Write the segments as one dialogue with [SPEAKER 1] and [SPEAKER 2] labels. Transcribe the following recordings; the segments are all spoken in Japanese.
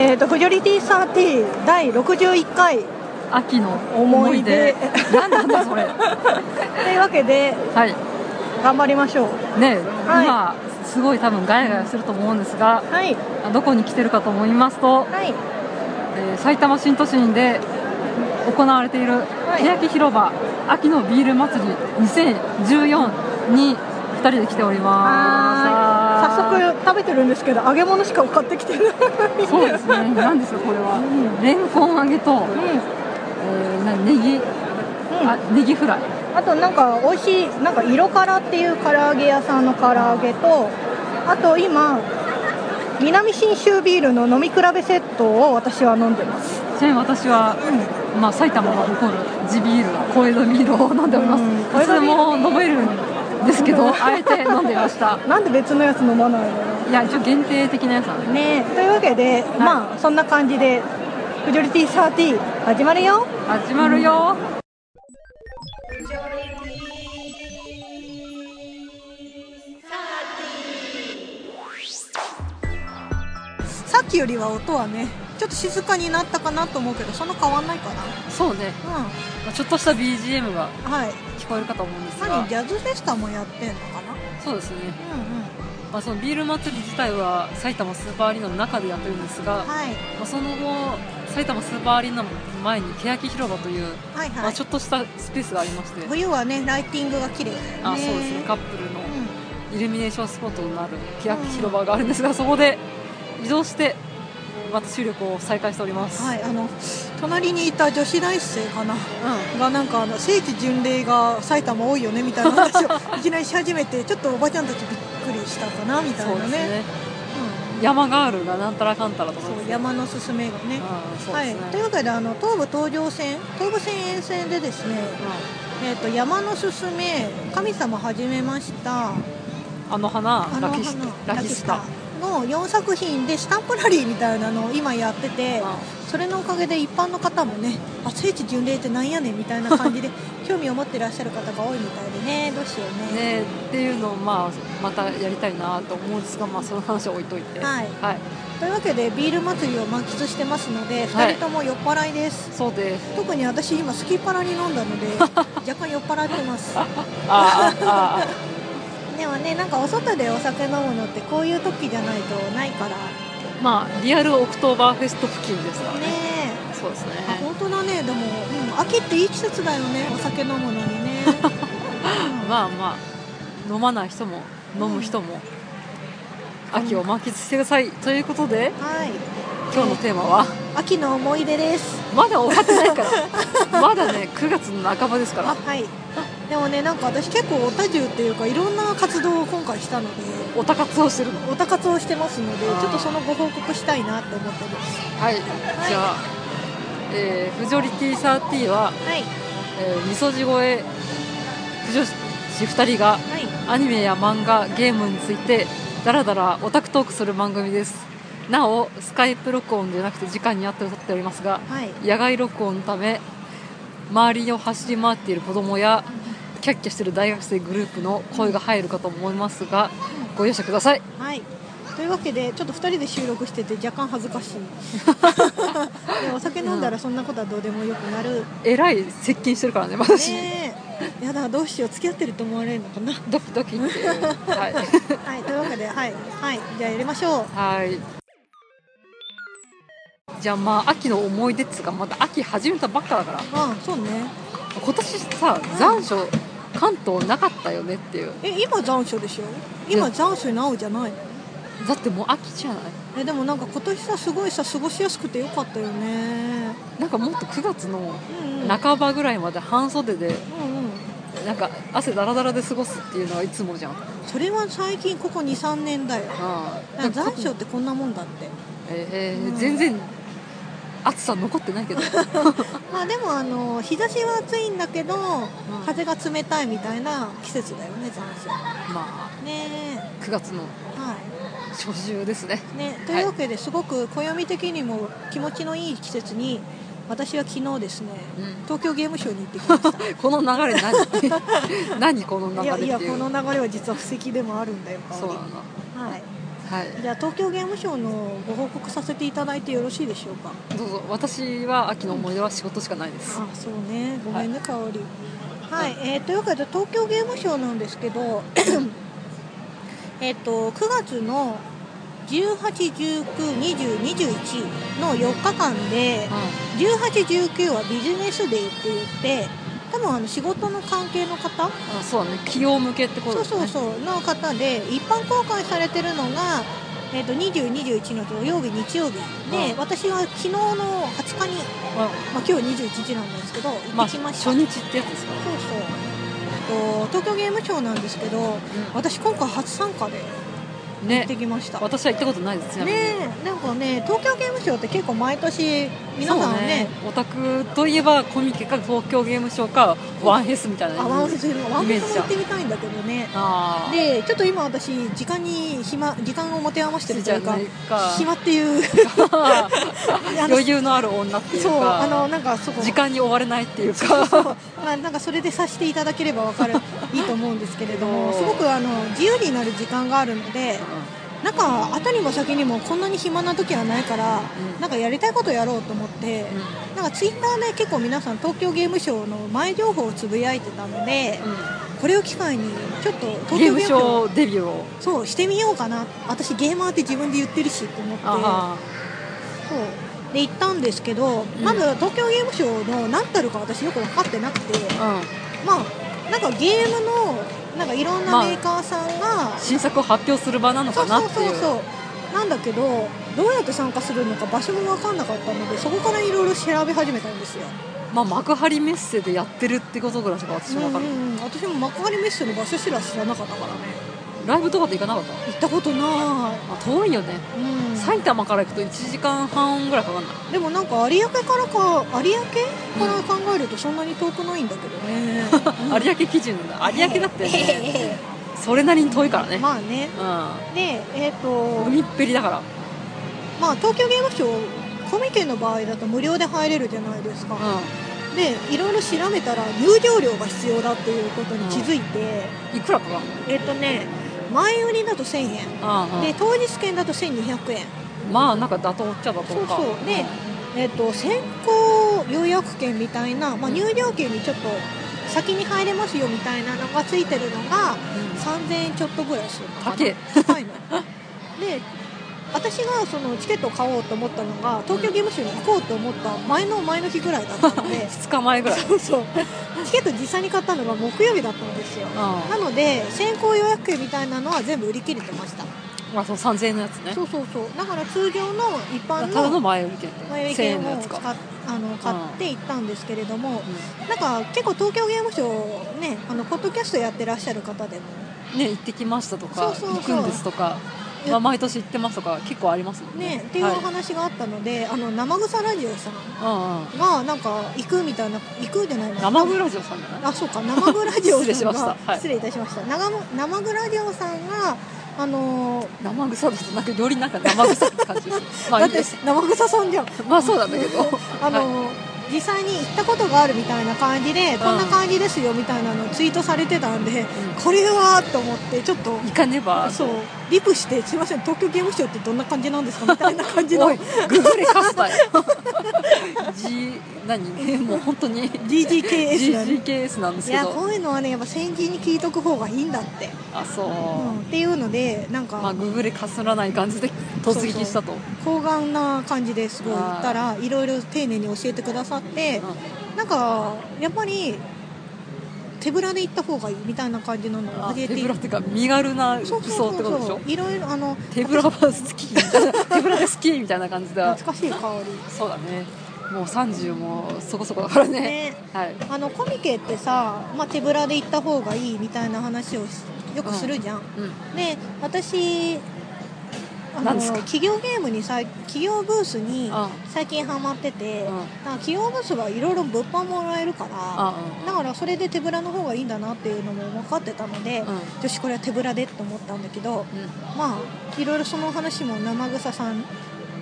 [SPEAKER 1] えっ、と、フジョリティサーティーン第61回と
[SPEAKER 2] 秋の思い出
[SPEAKER 1] 思
[SPEAKER 2] 何なん だそれ
[SPEAKER 1] いうわけで、
[SPEAKER 2] はい
[SPEAKER 1] 頑張りましょう。
[SPEAKER 2] ね、
[SPEAKER 1] はい
[SPEAKER 2] 今すごい多分ガヤガヤすると思うんですが
[SPEAKER 1] はい。
[SPEAKER 2] どこに来てるかと思いますと、
[SPEAKER 1] はい。
[SPEAKER 2] えー埼玉新都心で行われている
[SPEAKER 1] い
[SPEAKER 2] 欅広場秋のビール祭り2014に2人で来ております
[SPEAKER 1] はーい。早速食べてるんですけど、揚げ物しか買ってきてない。
[SPEAKER 2] そうですね何ですかこれは、
[SPEAKER 1] う
[SPEAKER 2] レンコン揚げと、
[SPEAKER 1] う
[SPEAKER 2] えーなネギ、
[SPEAKER 1] ん。
[SPEAKER 2] あネギフライ
[SPEAKER 1] あとなんか美味しいなんか色からっていう唐揚げ屋さんの唐揚げとあと今南信州ビールの飲み比べセットを私は飲んでます、
[SPEAKER 2] ちなみに私は、まあ、埼玉が誇る地ビール小江戸ビールを飲んでおります、
[SPEAKER 1] うん
[SPEAKER 2] いつも飲めるんですけどあえて飲んでいました
[SPEAKER 1] なんで別のやつ飲まないの
[SPEAKER 2] いや一応限定的なやつなんで
[SPEAKER 1] ねえというわけで、まあそんな感じで「フジョリティサーティー始まるよ
[SPEAKER 2] 始まるよ
[SPEAKER 1] さっきよりは音はねちょっと静かになったかなと思うけどそんな変わんないか
[SPEAKER 2] そうね
[SPEAKER 1] な
[SPEAKER 2] まあちょっとした BGM が
[SPEAKER 1] うんはい
[SPEAKER 2] 聞こえるかと思うんですが
[SPEAKER 1] 何ジャズフェスタもやってんのかな
[SPEAKER 2] そうですね、
[SPEAKER 1] うんうん
[SPEAKER 2] まあ、そのビール祭り自体は埼玉スーパーアリーナの中でやってるんですが、ま
[SPEAKER 1] はい
[SPEAKER 2] あ、その後埼玉スーパーアリーナの前に欅広場という、
[SPEAKER 1] はい
[SPEAKER 2] ま
[SPEAKER 1] は
[SPEAKER 2] あ、
[SPEAKER 1] い
[SPEAKER 2] ちょっとしたスペースがありまして、
[SPEAKER 1] 冬はねライティングが綺麗だよね
[SPEAKER 2] あそうですねカップルの
[SPEAKER 1] うん
[SPEAKER 2] イルミネーションスポットになる欅広場があるんですが、そこで移動してまた収録を再開しております、
[SPEAKER 1] はい、あの隣にいた女子大生かな
[SPEAKER 2] う
[SPEAKER 1] がなんかあの聖地巡礼が埼玉多いよねみたいな話 をいきなりし始めてちょっとおばちゃんたちびっくりしたかなみ
[SPEAKER 2] ん、
[SPEAKER 1] た
[SPEAKER 2] そ
[SPEAKER 1] いう
[SPEAKER 2] で
[SPEAKER 1] な
[SPEAKER 2] す
[SPEAKER 1] ね
[SPEAKER 2] ね山ガールがなんたらかんたらと
[SPEAKER 1] うん
[SPEAKER 2] か
[SPEAKER 1] そう
[SPEAKER 2] ですね
[SPEAKER 1] 山のすすめがね
[SPEAKER 2] うんそう
[SPEAKER 1] は
[SPEAKER 2] で
[SPEAKER 1] い
[SPEAKER 2] すね、、
[SPEAKER 1] というわけであの東武東上線東武線沿線でですね、えー、と山のすすめ神様はじめました
[SPEAKER 2] うんあの花ラキスラキスタ
[SPEAKER 1] の4作品でスタンプラリーみたいなのを今やってて、
[SPEAKER 2] う
[SPEAKER 1] それのおかげで一般の方もねあ聖地巡礼ってなんやねんみたいな感じで興味を持ってらっしゃる方が多いみたいでねどうしようんね
[SPEAKER 2] ねっていうのを、まあ、またやりたいなと思うんですが、まあ、その話は置いといて、
[SPEAKER 1] はいというわけでビール祭りを満喫してますので
[SPEAKER 2] は
[SPEAKER 1] 2
[SPEAKER 2] い
[SPEAKER 1] 人とも酔っ払いです、
[SPEAKER 2] そうです
[SPEAKER 1] 特に私今すきっ腹に飲んだの で若干酔っ払ってます
[SPEAKER 2] あーあ ーあ
[SPEAKER 1] でもねなんかお外でお酒飲むのってこういう時じゃないとないから
[SPEAKER 2] ーまあリアルオクトーバーフェスト付近ですから
[SPEAKER 1] ね
[SPEAKER 2] ねそうですね
[SPEAKER 1] え、あ本当だねでも、うん、秋っていい季節だよねお酒飲むのにね、 うん
[SPEAKER 2] まあまあ飲まない人も飲む人も秋を満喫してくださいということで
[SPEAKER 1] はい
[SPEAKER 2] 今日のテーマは
[SPEAKER 1] 秋の思い出です
[SPEAKER 2] まだ終わってないから まだね9月の半ばですから
[SPEAKER 1] あはいでもねなんか私結構オタ重っていうかいろんな活動を今回したので
[SPEAKER 2] おたかつをしてるの
[SPEAKER 1] オタ活をしてますので
[SPEAKER 2] あー
[SPEAKER 1] ちょっとそのご報告したいなって思ってます
[SPEAKER 2] はいじゃあ、えー、フジョリティ30は、
[SPEAKER 1] はい
[SPEAKER 2] えー、みそじ越え不女子2人が
[SPEAKER 1] はい
[SPEAKER 2] アニメや漫画ゲームについてダラダラオタクトークする番組ですなおスカイプ録音でなくて直にやって撮っておりますが
[SPEAKER 1] はい
[SPEAKER 2] 野外録音のため周りを走り回っている子供やキャッキャしている大学生グループの声が入るかと思いますがご容赦ください
[SPEAKER 1] はいというわけでちょっと2人で収録してて若干恥ずか しいでもお酒飲んだらそんなことはどうでもよくなる
[SPEAKER 2] えらい接近してるからね私、
[SPEAKER 1] ねえやだどうしよう付き合ってると思われるのかな
[SPEAKER 2] ドキドキっていうはい、
[SPEAKER 1] はいというわけではい、はい、じゃあやりましょう
[SPEAKER 2] はい、じゃあまあ秋の思い出っつうかまた秋始めたばっかだから
[SPEAKER 1] あそうね
[SPEAKER 2] 今年さ残暑関東なかったよねっていう
[SPEAKER 1] え今残暑でしょ今残暑になおじゃないの
[SPEAKER 2] だってもう秋じゃない
[SPEAKER 1] えでもなんか今年さすごいさ過ごしやすくてよかったよね
[SPEAKER 2] なんかもっと9月の
[SPEAKER 1] うんうん
[SPEAKER 2] 半ばぐらいまで半袖で
[SPEAKER 1] うんうん
[SPEAKER 2] なんか汗だらだらで過ごすっていうのはいつもじゃん、うん、
[SPEAKER 1] それは最近ここ23年だよなんか残暑ってこんなもんだって
[SPEAKER 2] えー
[SPEAKER 1] うん
[SPEAKER 2] 全然暑さ残ってないけど
[SPEAKER 1] まあでもあの日差しは暑いんだけど、風が冷たいみたいな季節だよね残暑
[SPEAKER 2] まあ
[SPEAKER 1] ねえ
[SPEAKER 2] 9月の
[SPEAKER 1] は
[SPEAKER 2] 初秋ですね
[SPEAKER 1] いねというわけですごく暦的にも気持ちのいい季節に私は昨日ですね、
[SPEAKER 2] うん
[SPEAKER 1] 東京ゲームショウに行ってきました
[SPEAKER 2] この流れ何何この流
[SPEAKER 1] い
[SPEAKER 2] れっ
[SPEAKER 1] や
[SPEAKER 2] ていう
[SPEAKER 1] いやこの流れは実は布石でもあるんだよ香り
[SPEAKER 2] そうなんだ
[SPEAKER 1] はい
[SPEAKER 2] はい
[SPEAKER 1] じゃあ東京ゲームショウのご報告させていただいてよろしいでしょうか
[SPEAKER 2] どうぞ私は秋の思い出は仕事しかないです
[SPEAKER 1] あそうねごめんね、香りはい、えー、というわけで東京ゲームショウなんですけど えっと9月の18192021の4日間で
[SPEAKER 2] う
[SPEAKER 1] 1819はビジネスデーって言って多分あの仕事の関係の方
[SPEAKER 2] んあそうだね企業向けってこと
[SPEAKER 1] そう
[SPEAKER 2] ですね
[SPEAKER 1] そうそうの方で一般公開されてるのが、えー、と2021の土曜日日曜日で、
[SPEAKER 2] うん
[SPEAKER 1] 私は昨日の20日に、
[SPEAKER 2] う
[SPEAKER 1] まあ、今日21日なんですけど行
[SPEAKER 2] んまあ
[SPEAKER 1] ってきました、
[SPEAKER 2] 初日ってやつですか
[SPEAKER 1] そうそうえっと東京ゲームショウなんですけど私今回初参加で行
[SPEAKER 2] ね
[SPEAKER 1] ってきましたね
[SPEAKER 2] 私は行ったことないですちなみに
[SPEAKER 1] えなんかね東京ゲームショウって結構毎年皆さんね
[SPEAKER 2] そうオタクといえばコミケか東京ゲームショウかワンヘスみたいな
[SPEAKER 1] あワンフェスワンフェスも行ってみたいんだけどね
[SPEAKER 2] あ ー
[SPEAKER 1] でちょっと今私時間に暇時間を持て余してるというか
[SPEAKER 2] そうじゃないか
[SPEAKER 1] 暇っていうあの
[SPEAKER 2] 余裕のある女っていうか
[SPEAKER 1] そうあのなんかそこ
[SPEAKER 2] 時間に追われないっていうか
[SPEAKER 1] そうまあなんかそれでさしていただければわか るいいと思うんですけれどもすごくあの自由になる時間があるのでなんか後にも先にもこんなに暇な時はないから、
[SPEAKER 2] うん
[SPEAKER 1] なんかやりたいことやろうと思って、
[SPEAKER 2] うん
[SPEAKER 1] なんかツイッターで結構皆さん東京ゲームショウの前情報をつぶやいてたので、
[SPEAKER 2] う
[SPEAKER 1] これを機会にちょっと東京
[SPEAKER 2] んゲ
[SPEAKER 1] ゲ
[SPEAKER 2] ー
[SPEAKER 1] ー
[SPEAKER 2] ム
[SPEAKER 1] ム
[SPEAKER 2] シ
[SPEAKER 1] ショウ
[SPEAKER 2] ョウデビューを
[SPEAKER 1] そうしてみようかな私ゲーマーって自分で言ってるしと思って
[SPEAKER 2] あ
[SPEAKER 1] そうで行ったんですけど、
[SPEAKER 2] ん
[SPEAKER 1] まず東京ゲームショウの何たるか私よく分かってなくて
[SPEAKER 2] あうん
[SPEAKER 1] まあなんかゲームのなんかいろんな
[SPEAKER 2] まあ
[SPEAKER 1] メーカーさんが、
[SPEAKER 2] 新作を発表する場なの
[SPEAKER 1] そ
[SPEAKER 2] か
[SPEAKER 1] うそ
[SPEAKER 2] な
[SPEAKER 1] う
[SPEAKER 2] って
[SPEAKER 1] そ
[SPEAKER 2] いうう
[SPEAKER 1] そうなんだけどどうやって参加するのか場所も分かんなかったのでそこからいろいろ調べ始めたんですよ、
[SPEAKER 2] まあ幕張メッセでやってるってことぐらいしか私
[SPEAKER 1] う
[SPEAKER 2] は
[SPEAKER 1] ん
[SPEAKER 2] 分
[SPEAKER 1] う
[SPEAKER 2] かる、
[SPEAKER 1] んうん、私も幕張メッセの場所すら知らなかったからね
[SPEAKER 2] ライブとかって行かなかっ
[SPEAKER 1] 行ったことな
[SPEAKER 2] たあ遠いよね、
[SPEAKER 1] い、うん、
[SPEAKER 2] 埼玉から行くと1時間半ぐらいかかんない
[SPEAKER 1] でもなんか有明からか有明から考えるとそんなに遠くないんだけどね、
[SPEAKER 2] 有明基準だ有明だってねそれなりに遠いからね、
[SPEAKER 1] まあねでえっ、
[SPEAKER 2] うん
[SPEAKER 1] と
[SPEAKER 2] 海っぺりだから
[SPEAKER 1] まあ東京ゲームショウコミケの場合だと無料で入れるじゃないですか、
[SPEAKER 2] う
[SPEAKER 1] でいろいろ調べたら入場料が必要だっていうことに気づいて、
[SPEAKER 2] んいくらかかんの
[SPEAKER 1] えっ、とね前売りだと1000円
[SPEAKER 2] あ
[SPEAKER 1] で当日券だと1200円
[SPEAKER 2] まあなんか妥当っちゃ妥
[SPEAKER 1] そ
[SPEAKER 2] 当
[SPEAKER 1] う
[SPEAKER 2] か
[SPEAKER 1] そうで、えっと先行予約券みたいな、まあ、入場券にちょっと先に入れますよみたいなのがついてるのが
[SPEAKER 2] う
[SPEAKER 1] 3000円ちょっとぐらいするのかな
[SPEAKER 2] 高え
[SPEAKER 1] 高いので私がそのチケットを買おうと思ったのが東京ゲームショウに行こうと思った前の前の日ぐらいだったので
[SPEAKER 2] ん、2日前ぐらい、
[SPEAKER 1] そうそうチケット実際に買ったのが木曜日だったんですよなので先行予約券みたいなのは全部売り切れてました
[SPEAKER 2] まあその3000円のやつね
[SPEAKER 1] そうそうそうだから通常の一般
[SPEAKER 2] ただの
[SPEAKER 1] の
[SPEAKER 2] 前売り券
[SPEAKER 1] 前売り
[SPEAKER 2] 1000
[SPEAKER 1] 券
[SPEAKER 2] 円のや
[SPEAKER 1] を
[SPEAKER 2] つ
[SPEAKER 1] 使
[SPEAKER 2] か、
[SPEAKER 1] っあの買って行ったんですけれども
[SPEAKER 2] う
[SPEAKER 1] なんか結構東京ゲームショウねあのポッドキャストやってらっしゃる方でも
[SPEAKER 2] んね行ってきましたとか
[SPEAKER 1] そうそうそう
[SPEAKER 2] 行くんですとか、まあ、毎年行ってますとか結構ありますもん
[SPEAKER 1] ね
[SPEAKER 2] ね
[SPEAKER 1] っていうお
[SPEAKER 2] はい
[SPEAKER 1] 話があったので、あの生草ラジオさん
[SPEAKER 2] うんうん
[SPEAKER 1] がなんか行くみたいな行くじゃないな
[SPEAKER 2] 生グラジオさんじゃない
[SPEAKER 1] あそうか生グラジオさんが
[SPEAKER 2] 失礼しましたはい
[SPEAKER 1] 失礼いたしました生も生グラジオさんがあのー
[SPEAKER 2] 生臭だとなんかよりなんか生臭って感じ でするまあ
[SPEAKER 1] だ
[SPEAKER 2] い
[SPEAKER 1] っ
[SPEAKER 2] い
[SPEAKER 1] て
[SPEAKER 2] です
[SPEAKER 1] 生草さんじゃん
[SPEAKER 2] まあそうなんだけど
[SPEAKER 1] あの、
[SPEAKER 2] はい
[SPEAKER 1] 実際に行ったことがあるみたいな感じで、こんな感じですよみたいなのをツイートされてたんで、これはと思ってちょっと
[SPEAKER 2] 行かねば
[SPEAKER 1] そうリプしてすいません東京ゲームショウってどんな感じなんですかみたいな感じの
[SPEAKER 2] おいググレカスタよ G 何 もう本当に
[SPEAKER 1] GGKS なんで
[SPEAKER 2] GGKS なんです
[SPEAKER 1] い
[SPEAKER 2] け
[SPEAKER 1] やこ
[SPEAKER 2] ど
[SPEAKER 1] ういうのはねやっぱ先人に聞いとく方がいいんだって、
[SPEAKER 2] あそう、
[SPEAKER 1] うん、っていうのでなんか、
[SPEAKER 2] まあググレかすらない感じで突撃したと
[SPEAKER 1] 高顔な感じですごい言ったらいろいろ丁寧に教えてくださってなんかやっぱり手ぶらで行った方がいいみたいな感じなのを
[SPEAKER 2] あ
[SPEAKER 1] 教え
[SPEAKER 2] 手
[SPEAKER 1] て
[SPEAKER 2] ぶらっていうか身軽な服
[SPEAKER 1] そ
[SPEAKER 2] 装っ
[SPEAKER 1] う
[SPEAKER 2] て
[SPEAKER 1] そうそう
[SPEAKER 2] ことでし
[SPEAKER 1] そ
[SPEAKER 2] ょ
[SPEAKER 1] ういろいろあの
[SPEAKER 2] 手ぶらはスキーみたいな手ぶらでスキーみたいな感じで
[SPEAKER 1] 懐かしい香り
[SPEAKER 2] そうだねもう30もそこそこだからね
[SPEAKER 1] ね
[SPEAKER 2] はい
[SPEAKER 1] あのコミケってさ、まあ、手ぶらで行った方がいいみたいな話をしよくするじゃん、
[SPEAKER 2] うん
[SPEAKER 1] で私あの
[SPEAKER 2] 何ですか
[SPEAKER 1] 企業ゲームにさ企業ブースに
[SPEAKER 2] あ
[SPEAKER 1] 最近ハマってて、
[SPEAKER 2] うん
[SPEAKER 1] なんか企業ブースはいろいろ物販もらえるから
[SPEAKER 2] あ
[SPEAKER 1] だからそれで手ぶらの方がいいんだなっていうのも分かってたので、
[SPEAKER 2] うん
[SPEAKER 1] 女子これは手ぶらでって思ったんだけどまあいろいろその話も生臭さんに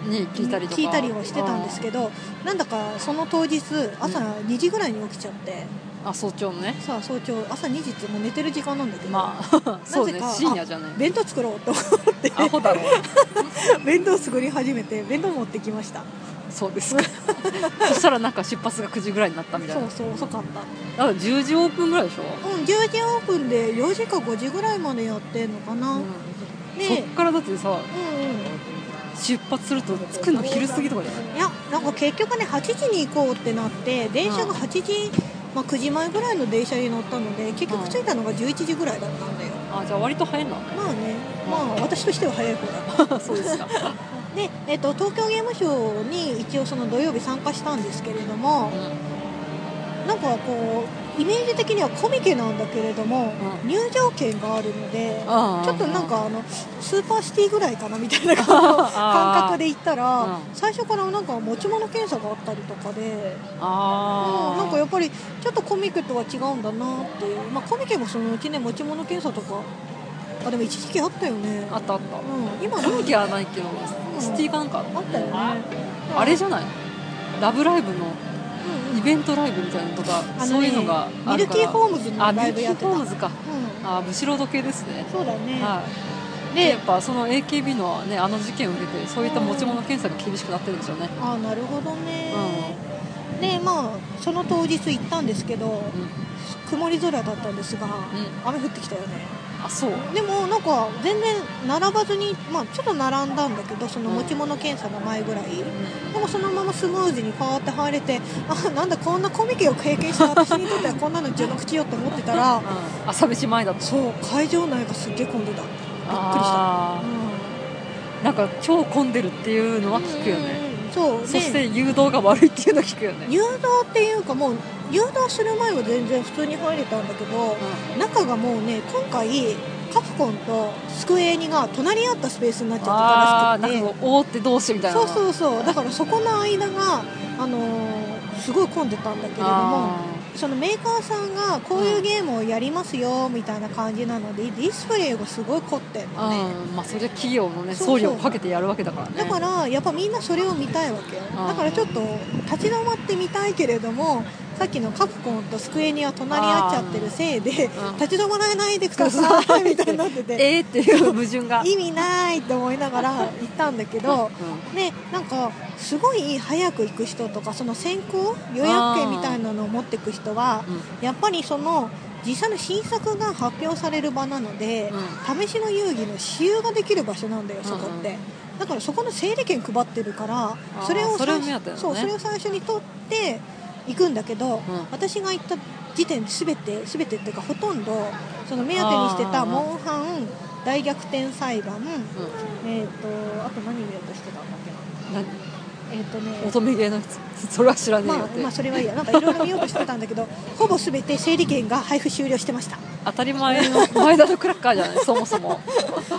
[SPEAKER 2] うんに聞いたりとか
[SPEAKER 1] 聞いたりはしてたんですけどなんだかその当日朝2時ぐらいに起きちゃって、
[SPEAKER 2] どあ早朝のね
[SPEAKER 1] さあ早朝朝2時ってもう寝てる時間 なんだけど、
[SPEAKER 2] まあそうね
[SPEAKER 1] なぜか
[SPEAKER 2] 深夜じゃない
[SPEAKER 1] 弁当作ろうと思って
[SPEAKER 2] ア ホだろ
[SPEAKER 1] 弁当作り始めて弁当持ってきました
[SPEAKER 2] そうですか そしたらなんか出発が9時ぐらいになったみたい
[SPEAKER 1] そ
[SPEAKER 2] な
[SPEAKER 1] うそう遅かった
[SPEAKER 2] だから10時オープンぐらいでしょ、
[SPEAKER 1] うん10時オープンで4時か5時ぐらいまでやってんのかな、
[SPEAKER 2] うん
[SPEAKER 1] で
[SPEAKER 2] そっからだってさ
[SPEAKER 1] うんうん
[SPEAKER 2] 出発すると着くの昼過ぎとかじゃない
[SPEAKER 1] いやなんか結局ね8時に行こうってなって電車が8時、まあ、9時前ぐらいの電車に乗ったので結
[SPEAKER 2] う
[SPEAKER 1] 局
[SPEAKER 2] ん
[SPEAKER 1] 着いたのが11時ぐらいだったんだよ
[SPEAKER 2] あじゃあ割と早いな
[SPEAKER 1] まあねまあ私としては早い方だ
[SPEAKER 2] そうですか
[SPEAKER 1] で、えっと東京ゲームショウに一応その土曜日参加したんですけれども
[SPEAKER 2] うん
[SPEAKER 1] なんかこうイメージ的にはコミケなんだけれども、
[SPEAKER 2] う
[SPEAKER 1] 入場券があるので
[SPEAKER 2] あー
[SPEAKER 1] ちょっとなんかあのスーパーシティぐらいかなみたいな感覚で行った
[SPEAKER 2] うん
[SPEAKER 1] ら最初からなんか持ち物検査があったりとかでう
[SPEAKER 2] ああ
[SPEAKER 1] んなんかやっぱりちょっとコミケとは違うんだなっていう、まあ、コミケもそのうちね持ち物検査とかあでも一時期あったよね
[SPEAKER 2] あったあった
[SPEAKER 1] うん、今
[SPEAKER 2] コミケはないけどスティーガンか
[SPEAKER 1] あったよね
[SPEAKER 2] あれじゃないラブライブの
[SPEAKER 1] うんうん
[SPEAKER 2] イベントライブみたいなのとか、
[SPEAKER 1] あのね
[SPEAKER 2] そういうのがあるから
[SPEAKER 1] ミルキーホームズのライブやってた
[SPEAKER 2] あミルキーホームズか
[SPEAKER 1] うん
[SPEAKER 2] あブシロード系ですね
[SPEAKER 1] そうだね、
[SPEAKER 2] はいでやっぱその AKB のねあの事件を受けてそういった持ち物検査が厳しくなってるんでしょうね
[SPEAKER 1] ああなるほどね
[SPEAKER 2] う、
[SPEAKER 1] でまあその当日行ったんですけど
[SPEAKER 2] ん、うん
[SPEAKER 1] 曇り空だったんですが、雨降ってきたよね
[SPEAKER 2] あそう
[SPEAKER 1] でもなんか全然並ばずにまあちょっと並んだんだけどその持ち物検査の前ぐらい、でもそのままスムーズにパーって入れてあなんだこんなコミケを経験した私にとってはこんなの序の口よって思ってたら
[SPEAKER 2] 朝飯前だとびっく
[SPEAKER 1] そう会場内がすっげえ混んでたびっくりした、
[SPEAKER 2] た
[SPEAKER 1] う
[SPEAKER 2] なんか超混んでるっていうのは
[SPEAKER 1] ん、
[SPEAKER 2] 聞くよね
[SPEAKER 1] うんそう
[SPEAKER 2] そし
[SPEAKER 1] で
[SPEAKER 2] て誘導が悪いっていうのは聞くよね
[SPEAKER 1] 誘導っていうかもう誘導する前は全然普通に入れたんだけど中がもうね今回カプコンとスクエニが隣り合ったスペースになっちゃ
[SPEAKER 2] あ
[SPEAKER 1] っ
[SPEAKER 2] ー
[SPEAKER 1] てたらし
[SPEAKER 2] なん
[SPEAKER 1] くて
[SPEAKER 2] かおおってどうしてみたいな
[SPEAKER 1] そうそうそうだからそこの間が、あのーすごい混んでたんだけれども
[SPEAKER 2] あ
[SPEAKER 1] そのメーカーさんがこういうゲームをやりますよみたいな感じなのでディスプレイがすごい凝ってん
[SPEAKER 2] ー
[SPEAKER 1] のね
[SPEAKER 2] うんまあそれは企業のね
[SPEAKER 1] そうそう
[SPEAKER 2] 送料をかけてやるわけだからね
[SPEAKER 1] だからやっぱみんなそれを見たいわけよ
[SPEAKER 2] あー
[SPEAKER 1] だからちょっと立ち止まってみたいけれどもさっきのカプコンとスクエニは隣り合っちゃってるせいで
[SPEAKER 2] あーうん
[SPEAKER 1] 立ち止まらないでくださいみたいになってて
[SPEAKER 2] えーっていう矛盾が
[SPEAKER 1] 意味ないって思いながら行ったんだけどね、なんかすごい早く行く人とかその先行予約券みたいなのを持っていく人は
[SPEAKER 2] うんうん
[SPEAKER 1] やっぱりその実際の新作が発表される場なので、試しの遊戯の私有ができる場所なんだよそこって、
[SPEAKER 2] うん
[SPEAKER 1] だからそこの整理券配ってるから
[SPEAKER 2] ー
[SPEAKER 1] それを
[SPEAKER 2] それを
[SPEAKER 1] 最初
[SPEAKER 2] 目当てなのね
[SPEAKER 1] そうそれを最初に取って行くんだけど、
[SPEAKER 2] ん
[SPEAKER 1] 私が行った時点で全て全てっていうかほとんどその目当てにしてた
[SPEAKER 2] あー
[SPEAKER 1] モンハン大逆転裁判、
[SPEAKER 2] うん
[SPEAKER 1] えっ、とあと何見ようとしてたんだっけな
[SPEAKER 2] 何
[SPEAKER 1] えっ、とね
[SPEAKER 2] 乙女芸のやつそれは知らねえよ
[SPEAKER 1] ま
[SPEAKER 2] っ
[SPEAKER 1] あ、
[SPEAKER 2] て、
[SPEAKER 1] まあそれはいいやなんかいろいろ見ようとしてたんだけどほぼ全て整理券が配布終了してました
[SPEAKER 2] 当たり前の前田のクラッカー じゃないそもそも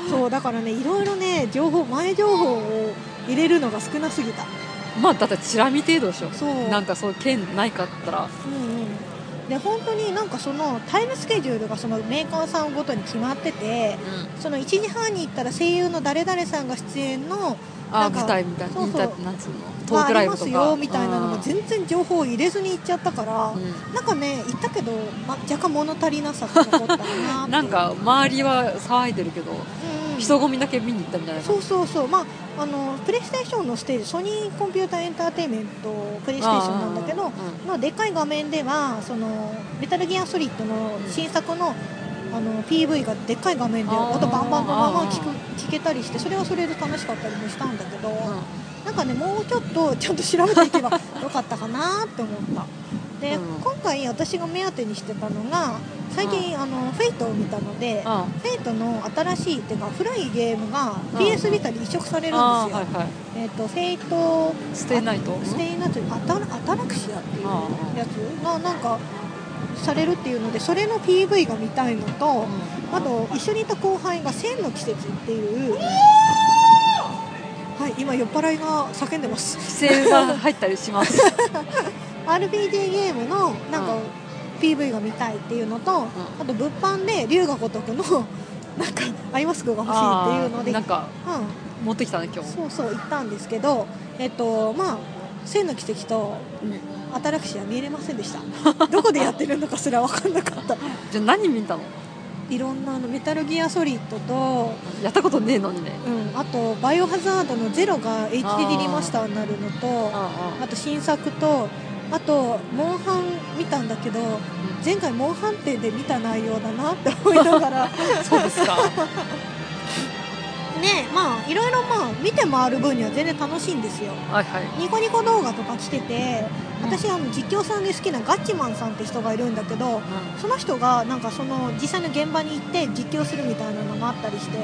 [SPEAKER 1] そうだからねいろいろね情報前情報を入れるのが少なすぎた
[SPEAKER 2] まあだってチラ見程度でしょ
[SPEAKER 1] そう
[SPEAKER 2] なんかそういう券ないかったら
[SPEAKER 1] うんうんで本当になんかそのタイムスケジュールがそのメーカーさんごとに決まっててその1時半に行ったら声優の誰々さんが出演の
[SPEAKER 2] あ
[SPEAKER 1] な
[SPEAKER 2] あ
[SPEAKER 1] んか
[SPEAKER 2] 舞台みたいな
[SPEAKER 1] そうそう
[SPEAKER 2] インタなんつうのト
[SPEAKER 1] が
[SPEAKER 2] ー
[SPEAKER 1] あ
[SPEAKER 2] クラ
[SPEAKER 1] り
[SPEAKER 2] イ
[SPEAKER 1] ま
[SPEAKER 2] ブと
[SPEAKER 1] す
[SPEAKER 2] か、
[SPEAKER 1] よみたいなの
[SPEAKER 2] う
[SPEAKER 1] も
[SPEAKER 2] ん
[SPEAKER 1] 全然情報を入れずに行っちゃったから、なんかね行ったけど、ま、若干物足りなさが残ったかな
[SPEAKER 2] う
[SPEAKER 1] っ
[SPEAKER 2] ん
[SPEAKER 1] て
[SPEAKER 2] なんか周りは騒いでるけど、
[SPEAKER 1] うんうん
[SPEAKER 2] 人混みだけ見に行ったみたいな
[SPEAKER 1] そうそうそう、まあ、あのプレイステーションのステージソニーコンピューターエンターテインメントプレイステーションなんだけど
[SPEAKER 2] あー
[SPEAKER 1] のでかい画面ではそのメタルギアソリッドの新作のあの PV がでっかい画面で
[SPEAKER 2] あー
[SPEAKER 1] 音バンバンバンバン聞く
[SPEAKER 2] あ
[SPEAKER 1] 聞けたりしてそれはそれで楽しかったりもしたんだけど、
[SPEAKER 2] うん
[SPEAKER 1] なんかねもうちょっとちゃんと調べてい けばよかったかなって思ったで、
[SPEAKER 2] うん
[SPEAKER 1] 今回私が目当てにしてたのが最近、あのフェイトを見たので、
[SPEAKER 2] あ
[SPEAKER 1] フェイトの新しいっていうか古いゲームが
[SPEAKER 2] うん
[SPEAKER 1] PS ビタに移植されるんですよ、
[SPEAKER 2] あーはいは
[SPEAKER 1] えっ、とフェイト
[SPEAKER 2] いステイナイト
[SPEAKER 1] ステイナというアタラアタラクシアっていう
[SPEAKER 2] ああ
[SPEAKER 1] やつがなんかされるっていうのでそれの PV が見たいのとあと一緒にいた後輩が「千の季節」っていうはい今酔っ払いが叫んでます
[SPEAKER 2] 規制が入ったりします
[SPEAKER 1] RPG ゲームのなんか
[SPEAKER 2] うん
[SPEAKER 1] PV が見たいっていうのと、あと物販で龍が如くのなんかアイマスクが欲しいっていうので
[SPEAKER 2] あーなんか
[SPEAKER 1] うん
[SPEAKER 2] 持ってきたね今日
[SPEAKER 1] そうそう行ったんですけど、えっとまあ、千の奇跡とアタラクシア見れませんでした どこでやってるのかすら分かんなかった
[SPEAKER 2] じゃあ何見たの
[SPEAKER 1] いろんなあのメタルギアソリッドと、
[SPEAKER 2] やったことねえのにね
[SPEAKER 1] うん、あとバイオハザードのゼロが HD リマスターになるのとあ
[SPEAKER 2] あ
[SPEAKER 1] と新作とあとモンハン見たんだけど前回モンハン店で見た内容だなって思いなが らね
[SPEAKER 2] あそうです か
[SPEAKER 1] まあいろいろまあ見て回る分には全然楽しいんですよ
[SPEAKER 2] はいはい
[SPEAKER 1] ニコニコ動画とか来てて
[SPEAKER 2] うん
[SPEAKER 1] 私あの実況さんで好きなガッチマンさんって人がいるんだけどその人がなんかその実際の現場に行って実況するみたいなのがあったりして
[SPEAKER 2] う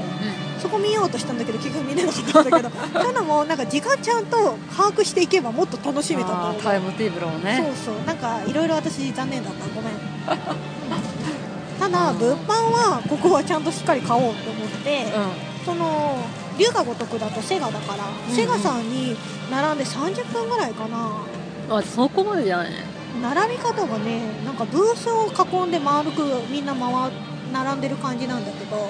[SPEAKER 1] そこ見ようとしたんだけど結局見れなかったんだ けどそういうのもなんか時間ちゃんと把握していけばもっと楽しめ
[SPEAKER 2] ん、
[SPEAKER 1] たと
[SPEAKER 2] あ
[SPEAKER 1] 思う
[SPEAKER 2] ータイムテーブルをね
[SPEAKER 1] そうそうなんかいろいろ私残念だったごめんただ物販はここはちゃんとしっかり買おうと思って、
[SPEAKER 2] うん
[SPEAKER 1] その龍が如くだとセガだから、
[SPEAKER 2] うん
[SPEAKER 1] セガさんに並んで30分ぐらいかな
[SPEAKER 2] あそこまでじゃないね
[SPEAKER 1] 並び方がねなんかブースを囲んで丸くみんな回並んでる感じなんだけど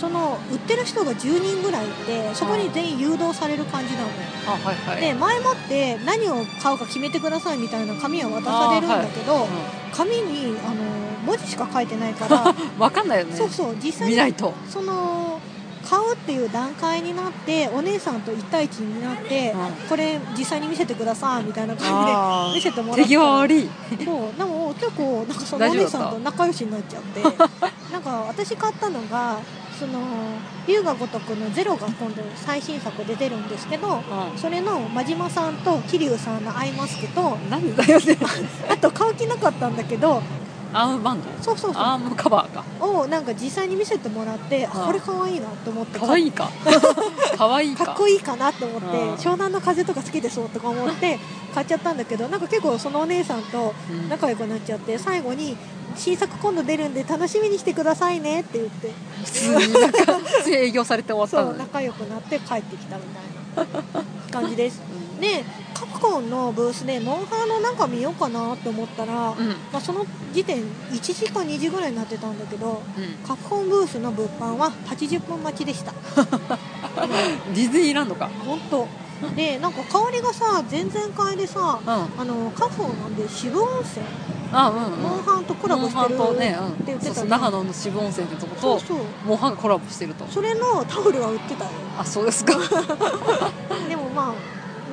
[SPEAKER 1] その売ってる人が10人ぐらいいてそこに全員誘導される感じなのよ
[SPEAKER 2] あはいはい
[SPEAKER 1] で前もって何を買うか決めてくださいみたいな紙を渡されるんだけど、紙にあの文字しか書いてないから
[SPEAKER 2] うん、分かんないよね
[SPEAKER 1] そうそう実際
[SPEAKER 2] 見
[SPEAKER 1] に
[SPEAKER 2] ないと、
[SPEAKER 1] その買うっていう段階になってお姉さんと一対一になって、
[SPEAKER 2] うん
[SPEAKER 1] これ実際に見せてくださいみたいな感
[SPEAKER 2] あ
[SPEAKER 1] じで見せ
[SPEAKER 2] ー
[SPEAKER 1] てもら
[SPEAKER 2] 手
[SPEAKER 1] った
[SPEAKER 2] 際悪い
[SPEAKER 1] そうでも結構なんかそのお
[SPEAKER 2] 大
[SPEAKER 1] 姉
[SPEAKER 2] 丈夫だった
[SPEAKER 1] さんと仲良しになっちゃって なんか私買ったのが「その龍が如く」の「ゼロが今度最新作で出るんですけど
[SPEAKER 2] う
[SPEAKER 1] それの真島さんと桐生さんのアイマスクと
[SPEAKER 2] んなんでだよね
[SPEAKER 1] あと買う気なかったんだけど
[SPEAKER 2] アームバンド
[SPEAKER 1] そうそうそう
[SPEAKER 2] アームカバーか
[SPEAKER 1] をなんか実際に見せてもらってあ
[SPEAKER 2] うん
[SPEAKER 1] これ可愛いなと思って
[SPEAKER 2] かわい
[SPEAKER 1] い
[SPEAKER 2] い かかわいいか
[SPEAKER 1] かっこいいかなと思って
[SPEAKER 2] うん
[SPEAKER 1] 湘南の風とか好きでそうとか思って買っちゃったんだけどなんか結構そのお姉さんと
[SPEAKER 2] うん
[SPEAKER 1] 仲良くなっちゃって最後に新作今度出るんで楽しみにしてくださいねって言って
[SPEAKER 2] 普通になんか 普通に営業されて終わった
[SPEAKER 1] そ
[SPEAKER 2] の
[SPEAKER 1] う
[SPEAKER 2] ね
[SPEAKER 1] 仲良くなって帰ってきたみたいな感じ です
[SPEAKER 2] うん
[SPEAKER 1] でカプコンのブースでモンハンの中見ようかなって思ったら、
[SPEAKER 2] うんうん
[SPEAKER 1] まあ、その時点1時か2時ぐらいになってたんだけどカプコンブースの物販は80分待ちでした
[SPEAKER 2] ディズニーランドか
[SPEAKER 1] 本当でなんか香りがさ前々回でさ
[SPEAKER 2] うん
[SPEAKER 1] あのカフォーなんで渋温泉
[SPEAKER 2] あうんうん
[SPEAKER 1] モンハンとコラボしてる
[SPEAKER 2] モンハンとね、
[SPEAKER 1] って言
[SPEAKER 2] う
[SPEAKER 1] っ
[SPEAKER 2] ん、
[SPEAKER 1] て
[SPEAKER 2] そ
[SPEAKER 1] た
[SPEAKER 2] うそ
[SPEAKER 1] じゃ
[SPEAKER 2] うん長野の渋温泉ってとこと
[SPEAKER 1] そうそう
[SPEAKER 2] モンハンがコラボしてると
[SPEAKER 1] それのタオルは売ってたよ
[SPEAKER 2] あそうですか
[SPEAKER 1] でもまあ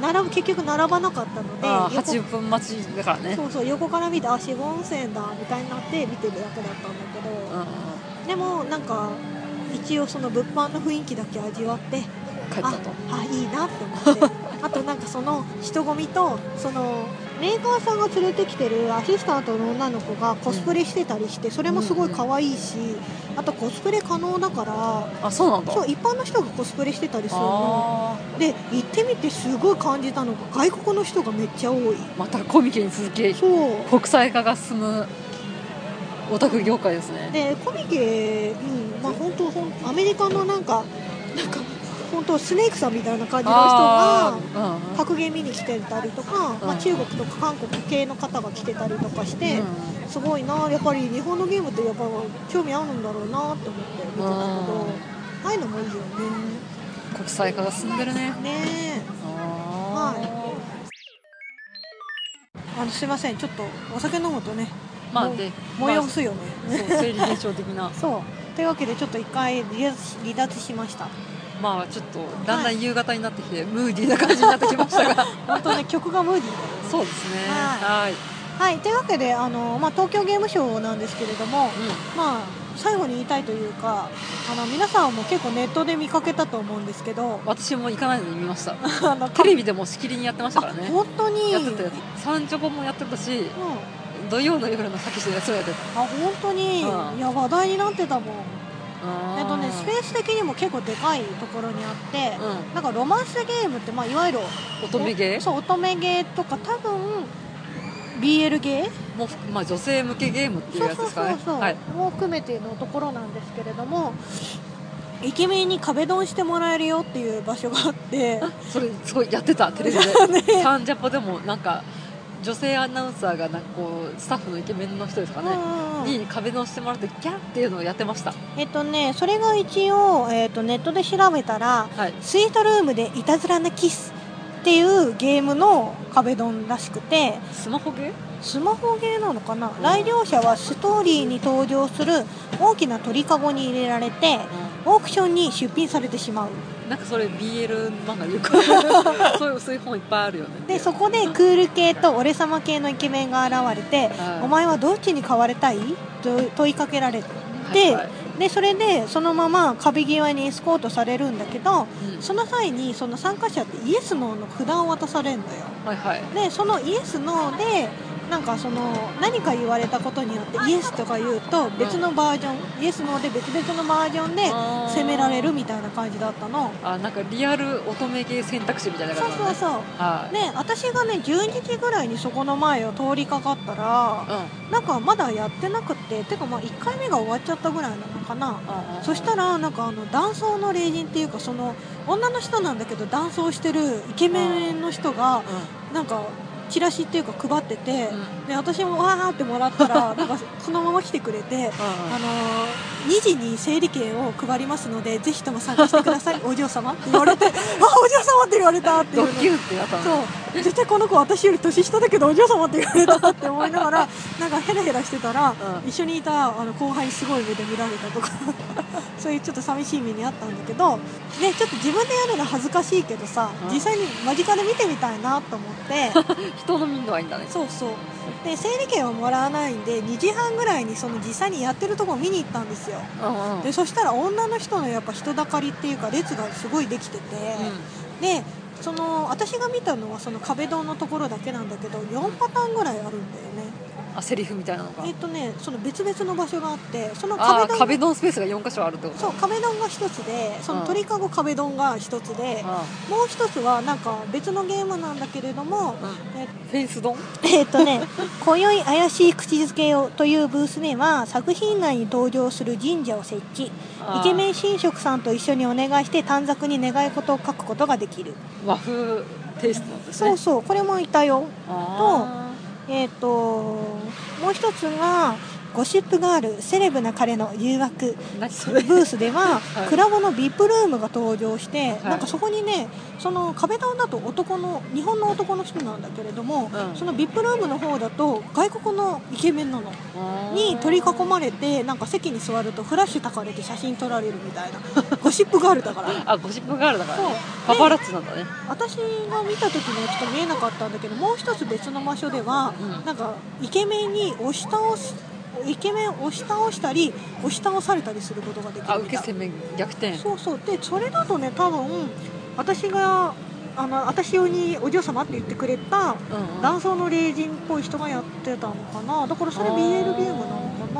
[SPEAKER 1] 並ぶ結局並ばなかったので
[SPEAKER 2] あ
[SPEAKER 1] 横
[SPEAKER 2] 80分待ちだからね
[SPEAKER 1] そうそう横から見てあ渋温泉だみたいになって見てるだけだったんだけど、
[SPEAKER 2] うんうん
[SPEAKER 1] でもなんか一応その物販の雰囲気だけ味わって
[SPEAKER 2] 帰ったと
[SPEAKER 1] ああいいなって思って あとなんかその人混みとそのメーカーさんが連れてきてるアシスタントの女の子がコスプレしてたりしてそれもすごい可愛いしあとコスプレ可能だから
[SPEAKER 2] あそうなんだ
[SPEAKER 1] そう一般の人がコスプレしてたりするの
[SPEAKER 2] あ
[SPEAKER 1] で行ってみてすごい感じたのが外国の人がめっちゃ多い
[SPEAKER 2] ーまたコミケに続き
[SPEAKER 1] そう
[SPEAKER 2] 国際化が進むオタク業界ですね
[SPEAKER 1] でコミケ、うんまあ、本当ほんアメリカのなんかなんか本当スネークさんみたいな感じの人が
[SPEAKER 2] ーうんうん
[SPEAKER 1] 格ゲー見に来てたりとか、まあ、中国とか韓国系の方が来てたりとかして、
[SPEAKER 2] う
[SPEAKER 1] すごいなやっぱり日本のゲームってやっぱ興味あるんだろうなって思って見てたけど
[SPEAKER 2] うん
[SPEAKER 1] ああいうのもいいよね
[SPEAKER 2] ん国際化が進んでるね
[SPEAKER 1] ねえ
[SPEAKER 2] あー
[SPEAKER 1] あのすいませんちょっとお酒飲むとね
[SPEAKER 2] まあで
[SPEAKER 1] 催すよね、
[SPEAKER 2] まあそう生理現象的な
[SPEAKER 1] そうというわけでちょっと一回離脱し離脱しました
[SPEAKER 2] まあちょっとだんだん夕方になってきて、ムーディーな感じになってきましたが
[SPEAKER 1] 本当ね 曲がムーディーだよね
[SPEAKER 2] そうですね
[SPEAKER 1] は
[SPEAKER 2] はい
[SPEAKER 1] はいというわけであの、まあ、東京ゲームショウなんですけれども、
[SPEAKER 2] う
[SPEAKER 1] まあ最後に言いたいというかあの皆さんも結構ネットで見かけたと思うんですけど
[SPEAKER 2] ん、私も行かないのに見ました
[SPEAKER 1] あの
[SPEAKER 2] テレビでもしきりにやってましたからね
[SPEAKER 1] 本当に
[SPEAKER 2] やってたやつサンチョコもやってたし
[SPEAKER 1] うん、あ
[SPEAKER 2] 土曜の夜のさっきしてやつもやってた
[SPEAKER 1] 本当に、
[SPEAKER 2] うん
[SPEAKER 1] いや話題になってたもんえ
[SPEAKER 2] え
[SPEAKER 1] っとねスペース的にも結構でかいところにあって、
[SPEAKER 2] う
[SPEAKER 1] なんかロマンスゲームって、まあ、いわゆる
[SPEAKER 2] ん乙女芸
[SPEAKER 1] そう乙女ゲーとか多分 BL ゲー
[SPEAKER 2] もう、まあ、女性向けゲームっていう
[SPEAKER 1] そう
[SPEAKER 2] やつ
[SPEAKER 1] そ
[SPEAKER 2] で
[SPEAKER 1] う
[SPEAKER 2] すか
[SPEAKER 1] そう
[SPEAKER 2] ね
[SPEAKER 1] そう、
[SPEAKER 2] はい
[SPEAKER 1] もう含めてのところなんですけれどもイケメンに壁ドンしてもらえるよっていう場所があって
[SPEAKER 2] それすごいやってたテレビで、サンジャポでもなんか女性アナウンサーがなんかこうスタッフのイケメンの人ですか
[SPEAKER 1] うん
[SPEAKER 2] ね、
[SPEAKER 1] うんうん
[SPEAKER 2] に壁ドンしてもらってギャーっていうのをやってました
[SPEAKER 1] えっとねそれが一応、えっとネットで調べたら
[SPEAKER 2] はい
[SPEAKER 1] スイートルームでいたずらなキスっっていうゲームの壁ドンらしくて
[SPEAKER 2] スマホゲー
[SPEAKER 1] スマホゲーなのかな来場者はストーリーに登場する大きな鳥かごに入れられてオークションに出品されてしまう
[SPEAKER 2] なんかそれ BL 漫画でよ くそういう薄い本いっぱいあるよね
[SPEAKER 1] でそこでクール系と俺様系のイケメンが現れて
[SPEAKER 2] は
[SPEAKER 1] 「
[SPEAKER 2] い
[SPEAKER 1] お前はどっちに買われたい?」と問いかけられて、
[SPEAKER 2] はいはい
[SPEAKER 1] でそれでそのまま壁際にエスコートされるんだけど
[SPEAKER 2] うん
[SPEAKER 1] その際にその参加者ってイエス・ノーの札を渡されるのよ
[SPEAKER 2] はいはい
[SPEAKER 1] でそのイエス・ノーでなんかその何か言われたことによってイエスとか言うと別のバージョン、イエス・ノーで別々のバージョンで
[SPEAKER 2] あー
[SPEAKER 1] 攻められるみたいな感じだったの
[SPEAKER 2] あなんかリアル乙女ゲー選択肢みたいな
[SPEAKER 1] そ
[SPEAKER 2] 感
[SPEAKER 1] う
[SPEAKER 2] じ
[SPEAKER 1] そうそう
[SPEAKER 2] はい、
[SPEAKER 1] ね、私がね12時ぐらいにそこの前を通りかかったら
[SPEAKER 2] う
[SPEAKER 1] なんかまだやってなくっててかまあ1回目が終わっちゃったぐらいなのかなん
[SPEAKER 2] うんうん
[SPEAKER 1] そしたらなんかあの男装の霊人っていうかその女の人なんだけど男装してるイケメンの人がなんかチラシっていうか配ってて
[SPEAKER 2] うん、
[SPEAKER 1] で私もわーってもらったらなんかそのまま来てくれて。あのー2時に整理券を配りますのでぜひとも参加してくださいお嬢様って言われてあお嬢様って言われたっていう
[SPEAKER 2] ド
[SPEAKER 1] の
[SPEAKER 2] キュンってなったの
[SPEAKER 1] そう絶対この子私より年下だけどお嬢様って言われたなって思いなが らなんかヘラヘラしてたら、
[SPEAKER 2] うん
[SPEAKER 1] 一緒にいたあの後輩にすごい目で見られたとか そういうちょっと寂しい目にあったんだけど、ね、ちょっと自分でやるの恥ずかしいけどさ、
[SPEAKER 2] うん
[SPEAKER 1] 実際に間近で見てみたいなと思って
[SPEAKER 2] 人の見るのはいいんだね
[SPEAKER 1] そうそうで整理券はもらわないんで2時半ぐらいにその実際にやってるところ見に行ったんですよ
[SPEAKER 2] うんうん
[SPEAKER 1] でそしたら女の人のやっぱ人だかりっていうか列がすごいできてて、でその私が見たのはその壁ドンのところだけなんだけど4パターンぐらいあるんだよね
[SPEAKER 2] あセリフみたいなのが
[SPEAKER 1] えっとねその別々の場所があってその壁
[SPEAKER 2] あー
[SPEAKER 1] ドン
[SPEAKER 2] 壁ドンスペースが4箇所あるってこと
[SPEAKER 1] そう壁ドンが一つでその鳥かご壁ドンが一つで
[SPEAKER 2] あ
[SPEAKER 1] もう一つはなんか別のゲームなんだけれども
[SPEAKER 2] ーうん
[SPEAKER 1] え
[SPEAKER 2] フェイスドン
[SPEAKER 1] えっとね 「今宵怪しい口づけを」というブースでは作品内に登場する神社を設置イ
[SPEAKER 2] イ
[SPEAKER 1] ケメ
[SPEAKER 2] ン
[SPEAKER 1] ン神職さんと一緒にお願いして短冊に願い事を書くことができる
[SPEAKER 2] 和風テイストなんですね
[SPEAKER 1] そうそうこれもいたよ
[SPEAKER 2] あ
[SPEAKER 1] えー、ともう一つがゴシップガールセレブな彼の誘惑
[SPEAKER 2] ー何そ
[SPEAKER 1] ブ
[SPEAKER 2] れ
[SPEAKER 1] ースでは、
[SPEAKER 2] はい
[SPEAKER 1] クラブの VIP ルームが登場して、
[SPEAKER 2] い
[SPEAKER 1] なんかそこにねその壁ドンだと男の日本の男の人なんだけれども、
[SPEAKER 2] うん
[SPEAKER 1] その VIP ルームの方だと外国のイケメンなのに取り囲まれてなんか席に座るとフラッシュたかれて写真撮られるみたいなゴシップガールだから。
[SPEAKER 2] あゴシップガールだから
[SPEAKER 1] そう
[SPEAKER 2] ねパパラッチなんだね
[SPEAKER 1] 私が見た時にはちょっと見えなかったんだけどもう一つ別の場所では、
[SPEAKER 2] うん
[SPEAKER 1] なんかイケメンに押し倒すイケメンを押し倒したり押し倒されたりすることができるみた
[SPEAKER 2] あ
[SPEAKER 1] い
[SPEAKER 2] 受け攻め逆転
[SPEAKER 1] そうそうでそれだとね多分私があの私用にお嬢様って言ってくれた
[SPEAKER 2] うんうん
[SPEAKER 1] 男装の霊人っぽい人がやってたのかなだからそれ BL ゲームなのか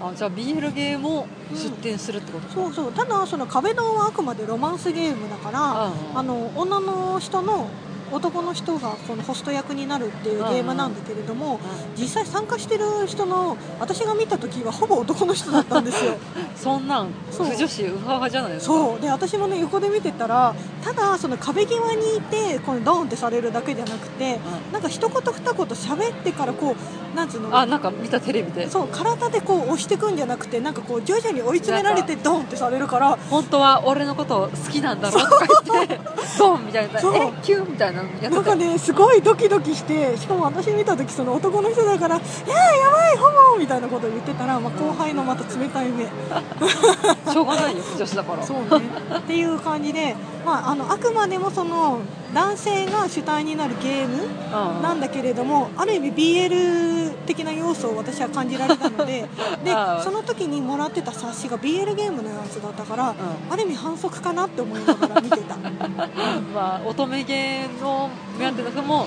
[SPEAKER 1] な
[SPEAKER 2] あじゃあ BL ゲーも出展するってことか
[SPEAKER 1] そうそうただその壁ドンはあくまでロマンスゲームだから、
[SPEAKER 2] うんうん
[SPEAKER 1] あの女の人の男の人がこのホスト役になるっていうゲームなんだけれども、実際参加してる人の私が見た時はほぼ男の人だったんです よ
[SPEAKER 2] そんなん
[SPEAKER 1] そう
[SPEAKER 2] 不女子ウハウハじゃないですか
[SPEAKER 1] そうで私もね横で見てたらただその壁際にいてこのドーンってされるだけじゃなくて
[SPEAKER 2] う
[SPEAKER 1] なんか一言二言喋ってからこうなんつうの
[SPEAKER 2] んあなんか見たテレビで
[SPEAKER 1] そう体でこう押してくんじゃなくてなんかこう徐々に追い詰められてドーンってされるから
[SPEAKER 2] 本当は俺のこと好きなんだろうとか言って ドンみたいな
[SPEAKER 1] そう
[SPEAKER 2] えキュンみたいなのやってた
[SPEAKER 1] なんかねすごいドキドキしてしかも私見た時その男の人だから「いやーやばいホモ!」みたいなこと言ってたら、まあ、後輩のまた冷たい目
[SPEAKER 2] しょうがないよ不女子だから
[SPEAKER 1] そうねっていう感じで、まあ、あのあくまでもその男性が主体になるゲーム
[SPEAKER 2] うん
[SPEAKER 1] なんだけれどもある意味 BL 的な要素を私は感じられたの でで
[SPEAKER 2] あー
[SPEAKER 1] その時にもらってた冊子が BL ゲームのやつだったから、
[SPEAKER 2] う
[SPEAKER 1] ある意味反則かなって思いながら見て た。
[SPEAKER 2] まあ乙女ゲーの目当ての人も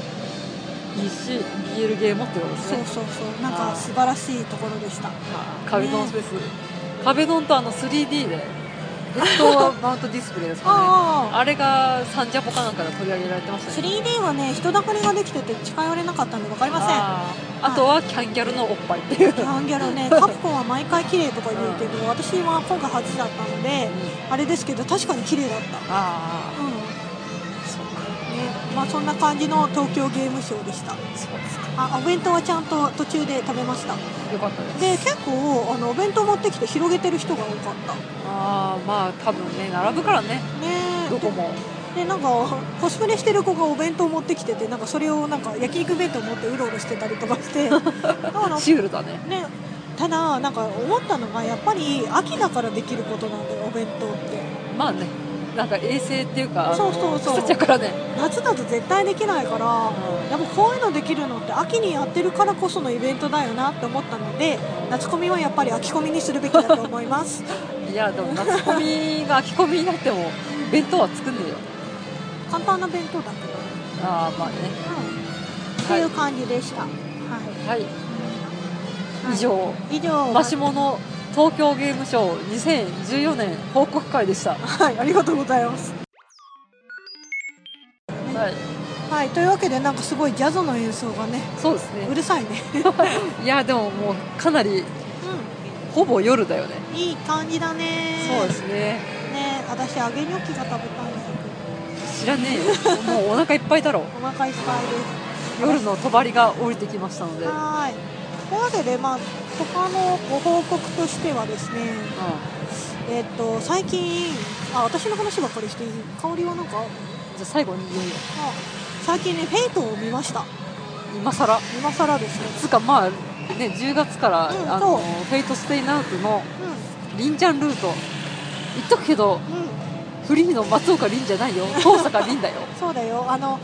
[SPEAKER 2] いいし BL ゲーもってことです
[SPEAKER 1] そう
[SPEAKER 2] ね
[SPEAKER 1] そうそうなんか素晴らしいところでした。
[SPEAKER 2] まあ壁ドンスペース壁ドンとあの 3D でヘッドマウントディスプレイですかね
[SPEAKER 1] あー
[SPEAKER 2] あれがサンジャポかなんかで取り上げられてましたね
[SPEAKER 1] 3D はね人だかりができてて近寄れなかったんで分かりません
[SPEAKER 2] あーあとはキャンギャルのおっぱいっていう
[SPEAKER 1] キャンギャルね カプコンは毎回綺麗とか言うけど私は今回初だったのであれですけど確かに綺麗だった
[SPEAKER 2] あ
[SPEAKER 1] うんね
[SPEAKER 2] あそうか
[SPEAKER 1] まあそんな感じの東京ゲームショーでした
[SPEAKER 2] そうですか
[SPEAKER 1] あお弁当はちゃんと途中で食べました
[SPEAKER 2] よかったです
[SPEAKER 1] で結構あのお弁当持ってきて広げてる人が多かったね
[SPEAKER 2] ああまあ多分ね並ぶからね
[SPEAKER 1] え
[SPEAKER 2] どこも
[SPEAKER 1] でなんかコスプレしてる子がお弁当持ってきててなんかそれをなんか焼肉弁当持ってうろうろしてたりとか してだから
[SPEAKER 2] シュールだね
[SPEAKER 1] ね、ただなんか思ったのがやっぱり秋だからできることなんだよお弁当って
[SPEAKER 2] まあねなんか衛生っていうか
[SPEAKER 1] そうそうそう
[SPEAKER 2] 捨てちゃうからね
[SPEAKER 1] 夏だと絶対できないから、やっぱこういうのできるのって秋にやってるからこそのイベントだよなって思ったので夏コミはやっぱり秋コミにするべきだと思います
[SPEAKER 2] いやでも夏コミが秋コミになっても弁当は作んねえよ
[SPEAKER 1] 簡単な弁当だけ
[SPEAKER 2] ああまあね
[SPEAKER 1] ど、っていう感じでした、はい
[SPEAKER 2] はい
[SPEAKER 1] はい
[SPEAKER 2] 以上
[SPEAKER 1] 以上
[SPEAKER 2] マシモの東京ゲームショー2014年報告会でした、
[SPEAKER 1] はいありがとうございます
[SPEAKER 2] はい、
[SPEAKER 1] はいというわけでなんかすごいジャズの演奏がね
[SPEAKER 2] そうですね
[SPEAKER 1] うるさいね、
[SPEAKER 2] いやでももうかなり
[SPEAKER 1] う
[SPEAKER 2] ほぼ夜だよね
[SPEAKER 1] ん、いい感じだね
[SPEAKER 2] そうですね
[SPEAKER 1] ね私揚げニョッキが食べたいんだけ
[SPEAKER 2] 知らねえよもうお腹いっぱいだろ
[SPEAKER 1] どお腹いっぱいです
[SPEAKER 2] 夜の帳が降りてきましたので、うん、
[SPEAKER 1] はーいというわけで、まあ、他のご報告としてはですね、
[SPEAKER 2] じ
[SPEAKER 1] えっと最近あ私の話ばっかりしていい香りはなんか
[SPEAKER 2] ゃあ最後に言うよ
[SPEAKER 1] あ最近ね「フェイトを見ました
[SPEAKER 2] 今更
[SPEAKER 1] 今更ですね
[SPEAKER 2] つうかまあね10月から、
[SPEAKER 1] うん
[SPEAKER 2] あ
[SPEAKER 1] そ
[SPEAKER 2] の
[SPEAKER 1] う
[SPEAKER 2] フェイトステイナウトのリンジャンルート言っとくけど
[SPEAKER 1] うんうん
[SPEAKER 2] フリーの松岡リンじゃないよ遠坂リンだよ
[SPEAKER 1] そうだよあの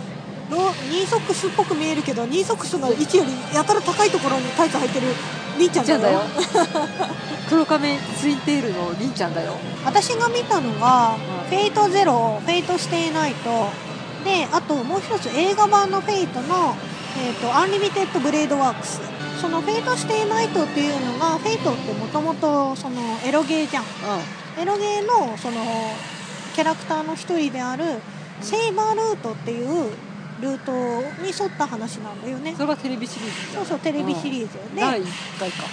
[SPEAKER 1] ロニーソックスっぽく見えるけどニーソックスの位置よりやたら高いところにタイツ履いてるりんちゃん
[SPEAKER 2] じゃん
[SPEAKER 1] だ
[SPEAKER 2] だ
[SPEAKER 1] よ
[SPEAKER 2] よ 黒亀ツインテールのリンちゃんだよ
[SPEAKER 1] 私が見たのが「
[SPEAKER 2] ん
[SPEAKER 1] フェイトゼロフェイトしていないと」であともう一つ映画版の「フェイトの」えーと「アンリミテッド・ブレードワークス」その「フェイトしていないと」っていうのが「フェイト」ってもともとそのエロゲーじゃん
[SPEAKER 2] う
[SPEAKER 1] エロゲーのそのキャラクターの一人であるセイバールートっていうルートに沿った話なんだよね
[SPEAKER 2] んそれがテレビシリーズじ
[SPEAKER 1] そ
[SPEAKER 2] ゃん
[SPEAKER 1] うそうテレビシリーズよ
[SPEAKER 2] 第
[SPEAKER 1] ね
[SPEAKER 2] 1回か、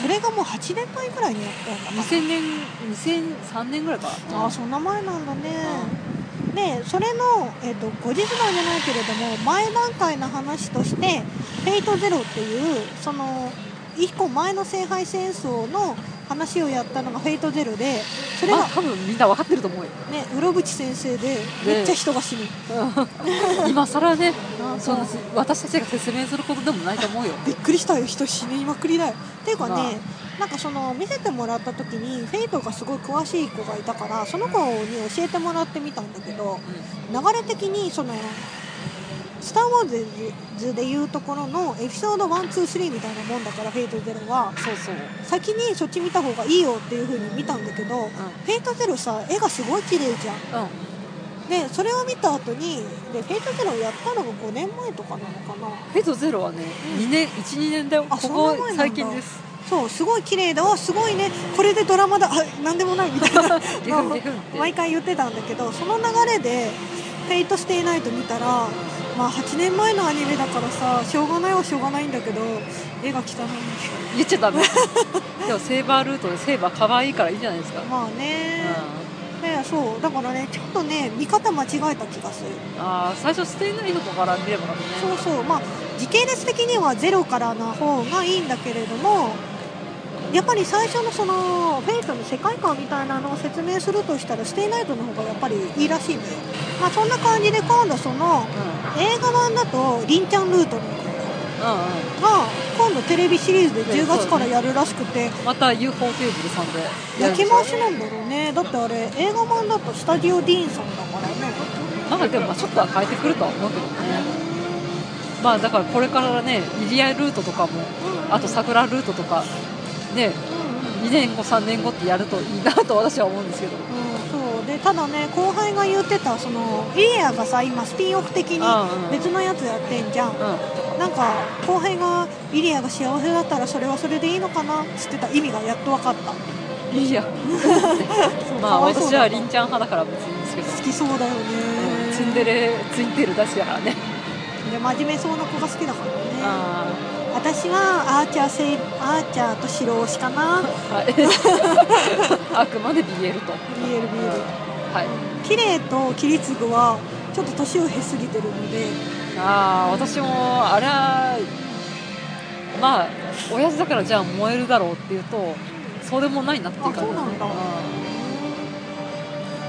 [SPEAKER 1] それがもう8年前ぐらいにやったんだか
[SPEAKER 2] うん、
[SPEAKER 1] な
[SPEAKER 2] 2000年2003年ぐらいかな
[SPEAKER 1] あーそんな前なんだね、でそれの、えっと後日談じゃないけれども前段階の話として「フェイトゼロっていうその1個前の聖杯戦争の話をやったのが「フェイトゼロでそれが、
[SPEAKER 2] まあ多分みんな分かってると思うよ
[SPEAKER 1] ね室伏先生でめっちゃ人が死ぬ、
[SPEAKER 2] 今更ね
[SPEAKER 1] あ
[SPEAKER 2] そんな
[SPEAKER 1] そう
[SPEAKER 2] 私たちが説明することでもないと思うよ
[SPEAKER 1] びっくりしたよ人死にまくりだよっていうかね、
[SPEAKER 2] まあ
[SPEAKER 1] なんかその見せてもらった時にフェイトがすごい詳しい子がいたからその子に教えてもらってみたんだけど、流れ的にその「スター・ウォーズ」でいうところのエピソード123みたいなもんだから「フェイトゼロは
[SPEAKER 2] そうそう、
[SPEAKER 1] 先にそっち見た方がいいよっていう風に見たんだけど、フェイトゼロさ絵がすごい綺麗じゃん
[SPEAKER 2] うん、
[SPEAKER 1] でそれを見た後にでフェイトゼロやったのが5年前とかなのかな
[SPEAKER 2] フェイトゼロはね、2年12年だよ
[SPEAKER 1] あ
[SPEAKER 2] こ
[SPEAKER 1] そんな前
[SPEAKER 2] こ
[SPEAKER 1] なんだ
[SPEAKER 2] 最近です
[SPEAKER 1] そうすごい綺麗だわすごいねこれでドラマだあなんでもないみたい な
[SPEAKER 2] ゲフンゲフンって
[SPEAKER 1] 毎回言ってたんだけどその流れで「フェイトしていないと見たらまあ8年前のアニメだからさしょうがないはしょうがないんだけど絵が汚いんだよ
[SPEAKER 2] 言っちゃ ダメでもセーバールートでセーバー可愛いからいいじゃないですか、うん、
[SPEAKER 1] まあね、ねそうだからねちょっとね見方間違えた気がする
[SPEAKER 2] あー最初捨てないとこから見ればよかったね
[SPEAKER 1] そうそうまあ時系列的にはゼロからの方がいいんだけれどもやっぱり最初のそのフェイトの世界観みたいなのを説明するとしたらステイナイトの方がやっぱりいいらしいのよ、まあ、そんな感じで今度その映画版だと「りんちゃんルート」
[SPEAKER 2] うんうん
[SPEAKER 1] が今度テレビシリーズで10
[SPEAKER 2] そう
[SPEAKER 1] 月
[SPEAKER 2] ですね
[SPEAKER 1] からやるらしくて
[SPEAKER 2] うんまた UFO テーブルさんでやる
[SPEAKER 1] 焼
[SPEAKER 2] で
[SPEAKER 1] き
[SPEAKER 2] しょ
[SPEAKER 1] 回しなんだろうねだってあれ映画版だとスタジオディーンさんだからね
[SPEAKER 2] まあでもまあちょっとは変えてくるとは思うけどねまあだからこれからねイリアルートとかもあと桜ルートとかね2年後3年後ってやるといいなと私は思うんですけど
[SPEAKER 1] うんそうでただね後輩が言ってたそのイエアがさ今スピンオフ的
[SPEAKER 2] うんう
[SPEAKER 1] に
[SPEAKER 2] ん
[SPEAKER 1] 別のやつやってんじゃん、
[SPEAKER 2] うん
[SPEAKER 1] なんか後輩がイリアが幸せだったらそれはそれでいいのかなっつってた意味がやっと分かった
[SPEAKER 2] いいやまあ
[SPEAKER 1] かわいそう
[SPEAKER 2] 私
[SPEAKER 1] だ
[SPEAKER 2] はりんちゃん派だから別にいいんですけど
[SPEAKER 1] 好きそうだよね
[SPEAKER 2] ツンデレツインテール大好きだからね
[SPEAKER 1] で真面目そうな子が好きだからね
[SPEAKER 2] あ
[SPEAKER 1] 私はアーチャーせいアーチャーと白推しか な
[SPEAKER 2] あはい あくまで BL と
[SPEAKER 1] BLBL
[SPEAKER 2] はい
[SPEAKER 1] 綺麗とキリツグはちょっと年を経すぎてるので
[SPEAKER 2] ああ私もあれはまあ親父だからじゃあ燃えるだろうっていうとそうでもないなっていう感じ
[SPEAKER 1] あそうなんだ
[SPEAKER 2] うん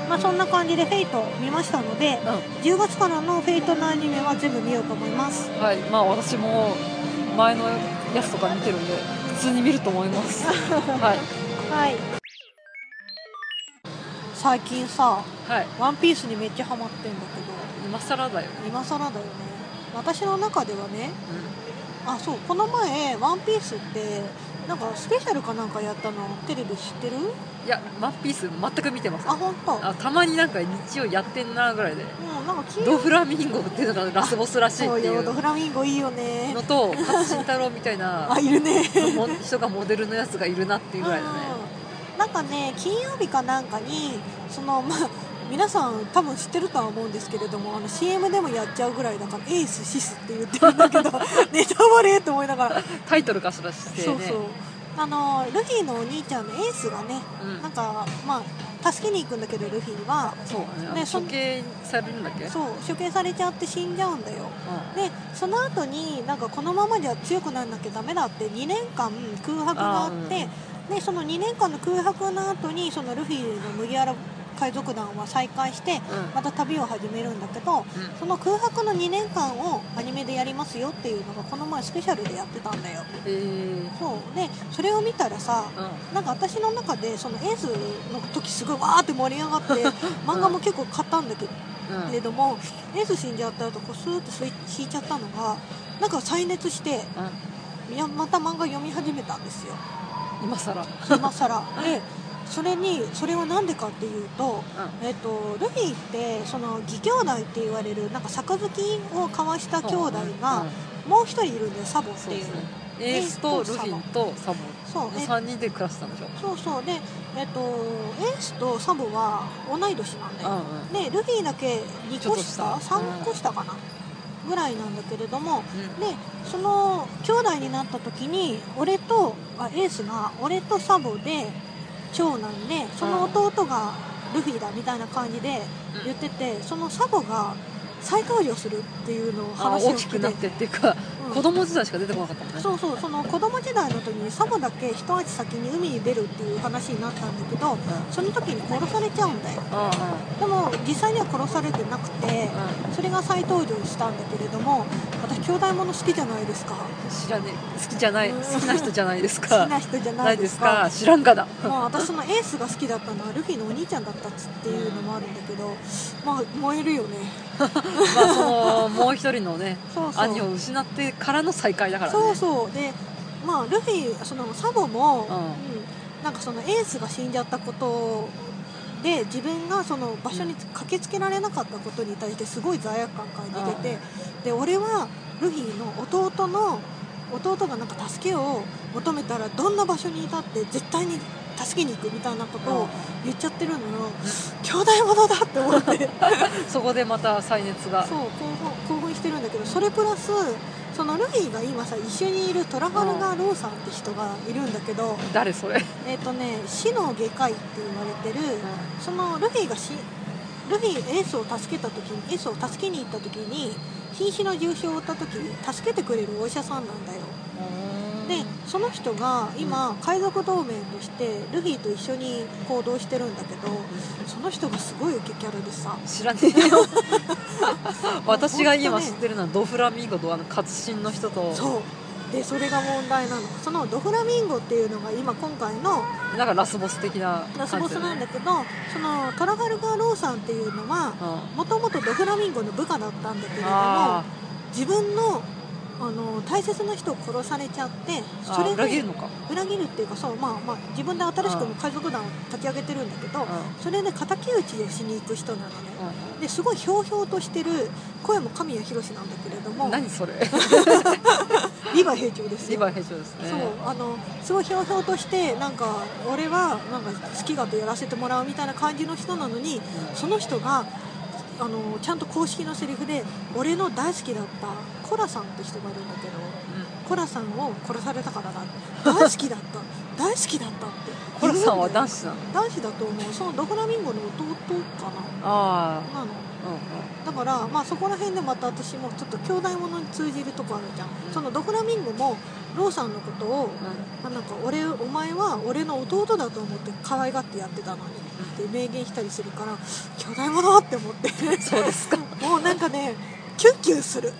[SPEAKER 1] まあ、そんな感じで「フェイトを見ましたので10月からの「フェイトのアニメは全部見ようと思います
[SPEAKER 2] うんはいまあ私も前のやつとか見てるんで普通に見ると思いま すはい
[SPEAKER 1] はい最近さ
[SPEAKER 2] はい
[SPEAKER 1] 「ワンピースにめっちゃハマってんだけ
[SPEAKER 2] 今更だよ、
[SPEAKER 1] ど今更だよね私の中ではね
[SPEAKER 2] う
[SPEAKER 1] あそうこの前「ワンピースってなんかスペシャルかなんかやったのテレビ知ってる
[SPEAKER 2] ん、いや「ワンピース全く見てます
[SPEAKER 1] あ本当。
[SPEAKER 2] あたまになんか日曜やってんなぐらいで
[SPEAKER 1] もうなんか金
[SPEAKER 2] ド
[SPEAKER 1] 曜
[SPEAKER 2] フラミンゴっていうのがラスボスらしい
[SPEAKER 1] そ
[SPEAKER 2] っ
[SPEAKER 1] う
[SPEAKER 2] てい
[SPEAKER 1] よ
[SPEAKER 2] う
[SPEAKER 1] ドフラミンゴいいよね
[SPEAKER 2] のと勝新太郎みたいな
[SPEAKER 1] あいるね
[SPEAKER 2] も人がモデルのやつがいるなっていうぐらいだね
[SPEAKER 1] うんなんかね金曜日かなんかにそのまあ皆さん多分知ってるとは思うんですけれどもあの CM でもやっちゃうぐらいだからエースシスって言ってるんだ けどネタバレって思いながら、
[SPEAKER 2] タイトルからしてね
[SPEAKER 1] そうそうあのルフィのお兄ちゃんのエースがね
[SPEAKER 2] うん
[SPEAKER 1] なんかまあ助けに行くんだけどルフィは
[SPEAKER 2] そうだねあ
[SPEAKER 1] ね
[SPEAKER 2] の
[SPEAKER 1] そ
[SPEAKER 2] 処刑されるんだっけ
[SPEAKER 1] そう処刑されちゃって死んじゃうんだよ
[SPEAKER 2] う
[SPEAKER 1] でその後になんかこのままじゃ強くならなきゃダメだって2年間空白があって
[SPEAKER 2] あ
[SPEAKER 1] でその2年間の空白の後にそのルフィの麦わら海賊団は再開して
[SPEAKER 2] んうん
[SPEAKER 1] また旅を始めるんだけど
[SPEAKER 2] うん
[SPEAKER 1] その空白の2年間をアニメでやりますよっていうのがこの前スペシャルでやってたんだよ
[SPEAKER 2] えー
[SPEAKER 1] そうでそれを見たらさ
[SPEAKER 2] うん
[SPEAKER 1] なんか私の中でそのエースの時すごいわーって盛り上がって漫画も結構買ったんだけど
[SPEAKER 2] うん
[SPEAKER 1] けれどもエース死んじゃった後こうスーッとスイッチ引いちゃったのがなんか再熱して
[SPEAKER 2] うん
[SPEAKER 1] いやまた漫画読み始めたん ですよ
[SPEAKER 2] 今更うん
[SPEAKER 1] 今更でそれにそれは何でかっていうと,、えっとルフィってその義兄弟って言われるなんか杯を交わした兄弟
[SPEAKER 2] う
[SPEAKER 1] が
[SPEAKER 2] ん
[SPEAKER 1] もう一人いるんだよサボっ
[SPEAKER 2] そ
[SPEAKER 1] て
[SPEAKER 2] う
[SPEAKER 1] い
[SPEAKER 2] で
[SPEAKER 1] う
[SPEAKER 2] すねエースとルフィンとサボン
[SPEAKER 1] そう
[SPEAKER 2] の
[SPEAKER 1] え
[SPEAKER 2] 3人で暮らしてたんでしょ
[SPEAKER 1] そうそうで、えっとエースとサボは同い年なんだ
[SPEAKER 2] う
[SPEAKER 1] よ
[SPEAKER 2] ん
[SPEAKER 1] でルフィだけ2個
[SPEAKER 2] ちょ
[SPEAKER 1] 下
[SPEAKER 2] っと下
[SPEAKER 1] 3個下かなぐらいなんだけれども
[SPEAKER 2] うんうん
[SPEAKER 1] でその兄弟になった時に俺とあエースが俺とサボで長男でその弟がルフィだみたいな感じで
[SPEAKER 2] うん
[SPEAKER 1] 言っててそのサボが再登場するっていうのを
[SPEAKER 2] あ
[SPEAKER 1] 話を
[SPEAKER 2] 大
[SPEAKER 1] 聞
[SPEAKER 2] き
[SPEAKER 1] いて
[SPEAKER 2] くなってっていうか
[SPEAKER 1] うん
[SPEAKER 2] 子供時代しか出てこなかったもんね
[SPEAKER 1] そうそうその子供時代の時にサボだけ一足先に海に出るっていう話になったんだけど
[SPEAKER 2] うん
[SPEAKER 1] その時に殺されちゃうんだよ
[SPEAKER 2] うんうん
[SPEAKER 1] でも実際には殺されてなくて
[SPEAKER 2] う
[SPEAKER 1] それが再登場したんだけれども私兄弟もの好きじゃないですか
[SPEAKER 2] ん知らねえ好きじゃない
[SPEAKER 1] うん
[SPEAKER 2] 好きな人じゃないです
[SPEAKER 1] 好き
[SPEAKER 2] か
[SPEAKER 1] な人じゃ
[SPEAKER 2] な
[SPEAKER 1] ないい
[SPEAKER 2] で
[SPEAKER 1] ですす
[SPEAKER 2] か
[SPEAKER 1] か
[SPEAKER 2] 知ら んがだ
[SPEAKER 1] まあ私そのエースが好きだったのはルフィのお兄ちゃんだったっつっていうのもあるんだけどまあ燃えるよね
[SPEAKER 2] まあそのもう一人のね
[SPEAKER 1] そうそう
[SPEAKER 2] 兄を失ってからの再会だからね
[SPEAKER 1] そうそうでまあルフィそのサボも、
[SPEAKER 2] うん
[SPEAKER 1] うんなんかそのエースが死んじゃったことで自分がその場所に駆けつけられなかったことに対してすごい罪悪感感じてて、で俺はルフィの弟の弟がなんか助けを求めたらどんな場所にいたって絶対に助けに行くみたいなことを言っちゃってるのよ、 兄弟ものだって思って
[SPEAKER 2] そこでまた再熱が
[SPEAKER 1] そう興奮興奮してるんだけどそれプラスそのルフィが今さ一緒にいるトラファルガー・ローさんって人がいるんだけど、
[SPEAKER 2] 誰それ
[SPEAKER 1] えっ、とね死の外科医って言われてる、そのルフィがしルフィエースを助けた時にエースを助けに行った時に瀕死の重傷を負った時に助けてくれるお医者さんなんだよでその人が今海賊同盟としてルフィと一緒に行動してるんだけどその人がすごい受けキャラでさ
[SPEAKER 2] 知らねえ よ私が今知ってるのはドフラミンゴとあの活心の人と
[SPEAKER 1] そうでそれが問題なのそのドフラミンゴっていうのが今今回の
[SPEAKER 2] なんかラスボス的な感じだよね
[SPEAKER 1] ラスボスなんだけどそのトラファルガー・ローさんっていうのは
[SPEAKER 2] うん
[SPEAKER 1] もともとドフラミンゴの部下だったんだけれども
[SPEAKER 2] あ
[SPEAKER 1] 自分のあの大切な人を殺されちゃって
[SPEAKER 2] ー
[SPEAKER 1] そ
[SPEAKER 2] あ
[SPEAKER 1] れ
[SPEAKER 2] ー
[SPEAKER 1] で
[SPEAKER 2] 裏切るのか
[SPEAKER 1] 裏切るっていうかそう、まあまあ、自分で新しくも海賊団を立ち上げてるんだけど
[SPEAKER 2] う
[SPEAKER 1] それで敵討ちをしに行く人なのね
[SPEAKER 2] ん
[SPEAKER 1] ですごいひょうひょうとしてる声も神谷博史なんだけれど
[SPEAKER 2] うん
[SPEAKER 1] も
[SPEAKER 2] 何それ
[SPEAKER 1] リヴァイ兵長です
[SPEAKER 2] リ
[SPEAKER 1] よ
[SPEAKER 2] ヴァイ兵長ですね
[SPEAKER 1] そうあのすごいひょうひょうとしてなんか俺はなんか好き勝手やらせてもらうみたいな感じの人なのにその人があのちゃんと公式のセリフで俺の大好きだったコラさんって人がいるんだけどコラさんを殺されたからだ大好きだった 大好きだったって
[SPEAKER 2] コラさんは男
[SPEAKER 1] 子
[SPEAKER 2] 子なの
[SPEAKER 1] 男子だと思うそのドフラミンゴの弟か
[SPEAKER 2] あ
[SPEAKER 1] ななのだから、まあ、そこら辺でまた私もちょっと兄弟ものに通じるとこあるじゃん、
[SPEAKER 2] うん
[SPEAKER 1] そのドフラミンゴもローさんのことを、まあ、なんか俺お前は俺の弟だと思って可愛がってやってたのにって明言したりするから巨大者って思って
[SPEAKER 2] そうですか
[SPEAKER 1] もうなんかねキュンキュンする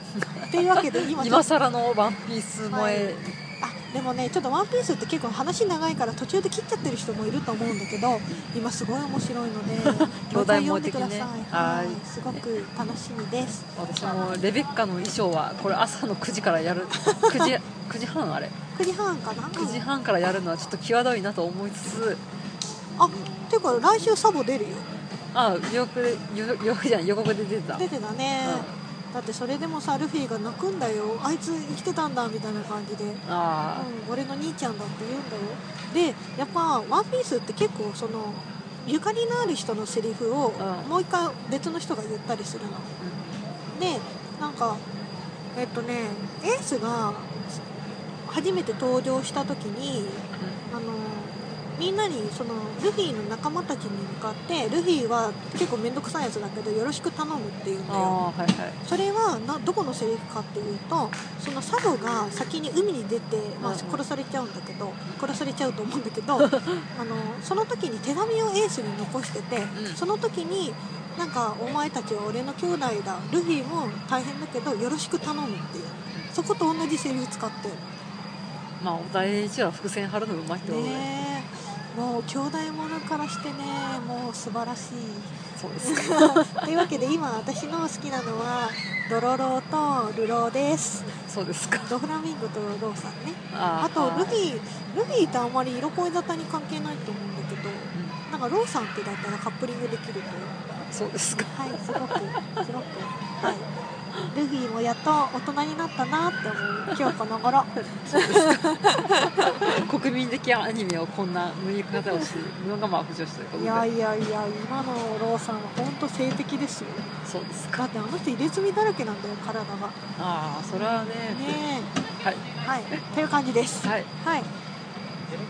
[SPEAKER 1] っていうわ けで今
[SPEAKER 2] うん
[SPEAKER 1] ちょっ
[SPEAKER 2] 今
[SPEAKER 1] と
[SPEAKER 2] 更のワンピース萌え、
[SPEAKER 1] あでもねちょっと「ワンピースって結構話長いから途中で切っちゃってる人もいると思うんだけど今すごい面白いので
[SPEAKER 2] 兄弟
[SPEAKER 1] もう
[SPEAKER 2] も的ね
[SPEAKER 1] 一回読んでください
[SPEAKER 2] はい
[SPEAKER 1] はいすごく楽しみです
[SPEAKER 2] 私もレベッカの衣装はこれ朝の9時からやる9時 ,9 時半あれ
[SPEAKER 1] 9時半かな
[SPEAKER 2] 9時半からやるのはちょっと際どいなと思いつつ
[SPEAKER 1] あっていうか来週サボ出るよ
[SPEAKER 2] あ予告で予予告じゃない予告で出てた
[SPEAKER 1] 出てたね、だってそれでもさルフィが泣くんだよあいつ生きてたんだみたいな感じで、うん、
[SPEAKER 2] あ
[SPEAKER 1] 俺の兄ちゃんだって言うんだよでやっぱ「ワンピースって結構そのゆかりのある人のセリフを
[SPEAKER 2] うん
[SPEAKER 1] もう一回別の人が言ったりするの
[SPEAKER 2] あ、
[SPEAKER 1] でなんかえっとねエースが初めて登場した時にあのみんなにそのルフィの仲間たちに向かってルフィは結構面倒くさいやつだけどよろしく頼むって言うんだ
[SPEAKER 2] あ
[SPEAKER 1] よ
[SPEAKER 2] あはいはい
[SPEAKER 1] それはなどこのセリフかっていうとそのサボが先に海に出て、ま
[SPEAKER 2] う
[SPEAKER 1] あ、
[SPEAKER 2] んうん
[SPEAKER 1] 殺されちゃうんだけど殺されちゃうと思うんだけ どあのその時に手紙をエースに残してて、
[SPEAKER 2] うん
[SPEAKER 1] その時になんかお前たちは俺の兄弟だルフィも大変だけどよろしく頼むっていうそこと同じセリフ使ってる
[SPEAKER 2] まあ小田栄一は伏線張るのうまいってことで、
[SPEAKER 1] ねえもう兄弟ものからしてねもう素晴 らしい
[SPEAKER 2] そうですか
[SPEAKER 1] というわけで今私の好きなのはドロローとルローです
[SPEAKER 2] そうですか
[SPEAKER 1] ドフラミンゴとローさんね
[SPEAKER 2] あ
[SPEAKER 1] あとルフ
[SPEAKER 2] ィ、
[SPEAKER 1] ィルフィとあんまり色恋沙汰に関係ないと思うんだけど
[SPEAKER 2] う
[SPEAKER 1] なんかローさんってだったらカップリングできると
[SPEAKER 2] ん、そうですか
[SPEAKER 1] はいすごくすごくはいルフィもやっと大人になったなって思う今日この 頃
[SPEAKER 2] 国民的アニメをこんな無理方をしているのがまあ浮上したということ
[SPEAKER 1] い
[SPEAKER 2] で
[SPEAKER 1] やいやいや今のローさんは本当性的ですよ
[SPEAKER 2] そうです
[SPEAKER 1] だ
[SPEAKER 2] か
[SPEAKER 1] ってあの人入れ墨だらけなんだよ体がね
[SPEAKER 2] ああそれはねはい
[SPEAKER 1] えはいという感じです
[SPEAKER 2] はい
[SPEAKER 1] はい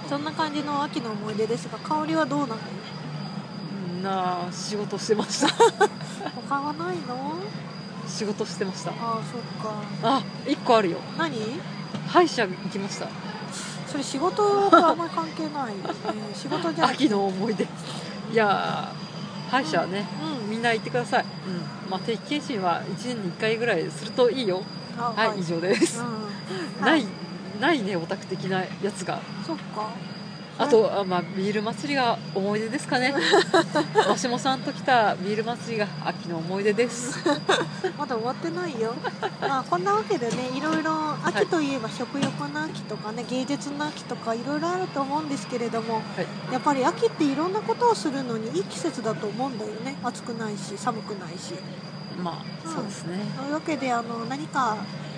[SPEAKER 1] そんな感じの秋の思い出ですが香りはどうなの
[SPEAKER 2] なあ仕事してました
[SPEAKER 1] 他はないの
[SPEAKER 2] 仕事してました
[SPEAKER 1] ああそっか
[SPEAKER 2] あ一個あるよ
[SPEAKER 1] 何
[SPEAKER 2] 歯医者行きました
[SPEAKER 1] それ仕事とあんまり関係ないよ ね仕事じゃなくて
[SPEAKER 2] 秋の思い出いやー歯医者はね、
[SPEAKER 1] うん
[SPEAKER 2] みんな行ってください、うんまあ、定期検診は1年に1回ぐらいするといいよ
[SPEAKER 1] あ
[SPEAKER 2] はい、以上です、
[SPEAKER 1] うん
[SPEAKER 2] な
[SPEAKER 1] はい
[SPEAKER 2] いないねオタク的なやつが
[SPEAKER 1] そっか
[SPEAKER 2] あとあ、まあ、ビール祭りが思い出ですかね マシモさんと来たビール祭りが秋の思い出です
[SPEAKER 1] まだ終わってない よまあこんなわけでねいろいろ秋といえば食欲の秋とかね芸術の秋とかいろいろあると思うんですけれども、やっぱり秋っていろんなことをするのにいい季節だと思うんだよね暑くないし寒くないし
[SPEAKER 2] まあそうですね
[SPEAKER 1] というわけであの何か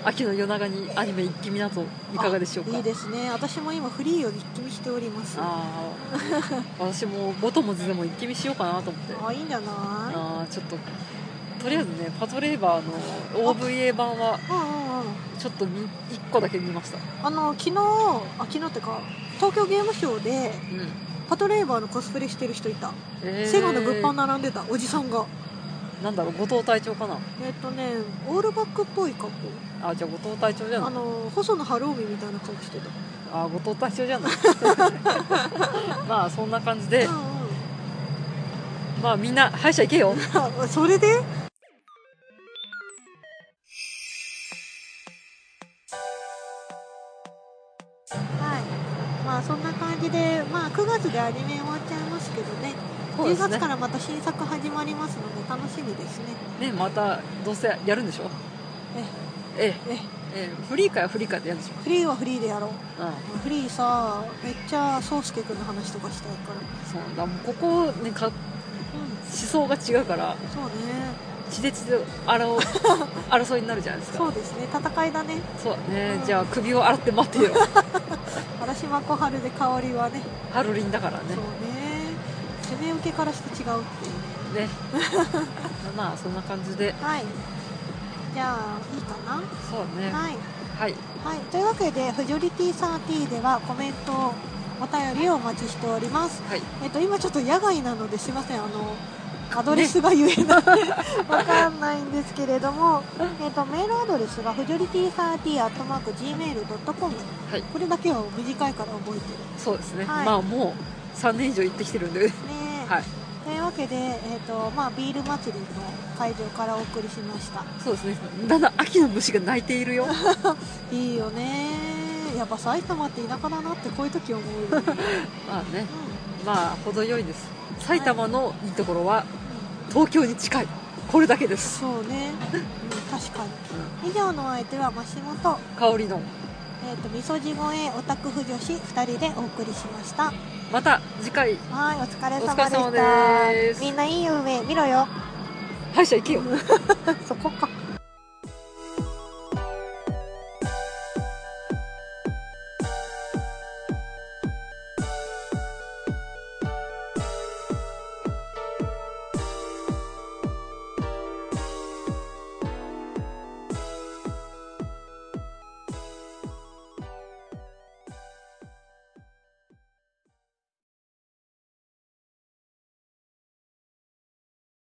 [SPEAKER 2] 秋の夜長にアニメ一気見などいかがでしょうか
[SPEAKER 1] いいですね私も今フリーを一気見しておりますあ
[SPEAKER 2] あー私もボトムズでも一気見しようかなと思って
[SPEAKER 1] いいんじゃない
[SPEAKER 2] あーちょっととりあえずねパトレーバーの OVA 版は
[SPEAKER 1] うんうんうん
[SPEAKER 2] ちょっと見1個だけ見ました、
[SPEAKER 1] あの昨日あ昨日ってか東京ゲームショウで
[SPEAKER 2] うん
[SPEAKER 1] パトレーバーのコスプレしてる人いた、
[SPEAKER 2] えー
[SPEAKER 1] セガの物販並んでたおじさんが
[SPEAKER 2] なんだろう後藤隊長かな
[SPEAKER 1] えっ、とねオールバックっぽい格好
[SPEAKER 2] あじゃあ後藤隊長じゃな
[SPEAKER 1] あ
[SPEAKER 2] い
[SPEAKER 1] の細野晴臣みたいな顔してた
[SPEAKER 2] あ後藤隊長 じゃない まあそんな感じで
[SPEAKER 1] う
[SPEAKER 2] まあみんな歯医者行けよ
[SPEAKER 1] んうんそれではいまあそんな感じでまあ9月でアニメ終わっちゃいますけどね
[SPEAKER 2] そうで
[SPEAKER 1] 10
[SPEAKER 2] すね
[SPEAKER 1] 月からまた新作始まりますので楽しみですね
[SPEAKER 2] ねまたどうせやるんでしょええ
[SPEAKER 1] ええ
[SPEAKER 2] ええフリーかやフリーかってやるんでしょ
[SPEAKER 1] フリーはフリーでやろう
[SPEAKER 2] うん
[SPEAKER 1] フリーさめっちゃ宗介君の話とかしたいから
[SPEAKER 2] そうなんだもうここねか
[SPEAKER 1] う
[SPEAKER 2] 思想が違うから
[SPEAKER 1] んそうね
[SPEAKER 2] 血で血で 争う争いになるじゃないですか
[SPEAKER 1] そうですね戦いだね
[SPEAKER 2] そうだね、
[SPEAKER 1] うん
[SPEAKER 2] じゃあ首を洗って待 ってよ
[SPEAKER 1] 嵐真小春で香りはね
[SPEAKER 2] ハロリンだからね
[SPEAKER 1] そうね攻め受けからして違うっていう
[SPEAKER 2] ね まあそんな感じで
[SPEAKER 1] はいじゃあいいかな
[SPEAKER 2] そうだね
[SPEAKER 1] はい、
[SPEAKER 2] はい
[SPEAKER 1] はい、というわけで「フジョリティサーティではコメントお便りをお待ちしております
[SPEAKER 2] はい
[SPEAKER 1] えっと今ちょっと野外なのですいませんあのアドレスが言えない わかんないんですけれども、えっとメールアドレスがフジョリティ3 0 gmail.com
[SPEAKER 2] はい
[SPEAKER 1] これだけは短いから覚えてる
[SPEAKER 2] そうですね、
[SPEAKER 1] はい
[SPEAKER 2] まあもう3年以上行ってきてるんで
[SPEAKER 1] ねえ、
[SPEAKER 2] はい
[SPEAKER 1] というわけで、えっとまあ、ビール祭りの会場からお送りしました
[SPEAKER 2] そうですねだんだん秋の虫が鳴いている よ
[SPEAKER 1] いいよねやっぱ埼玉って田舎だなってこういう時思うよね、
[SPEAKER 2] まあね
[SPEAKER 1] うん
[SPEAKER 2] まあ程よいです埼玉のいいところは東京に近いこれだけです
[SPEAKER 1] そうね、うん、確かに以上のお相手はマシモと,、
[SPEAKER 2] 香りの
[SPEAKER 1] えー、とみそじ越えオタク婦女子2人でお送りしました
[SPEAKER 2] また次回
[SPEAKER 1] はいお疲れ
[SPEAKER 2] お
[SPEAKER 1] 様
[SPEAKER 2] 疲れ様で
[SPEAKER 1] でし
[SPEAKER 2] す
[SPEAKER 1] たみんないい夢見ろよ
[SPEAKER 2] 歯医者行けよ
[SPEAKER 1] そこか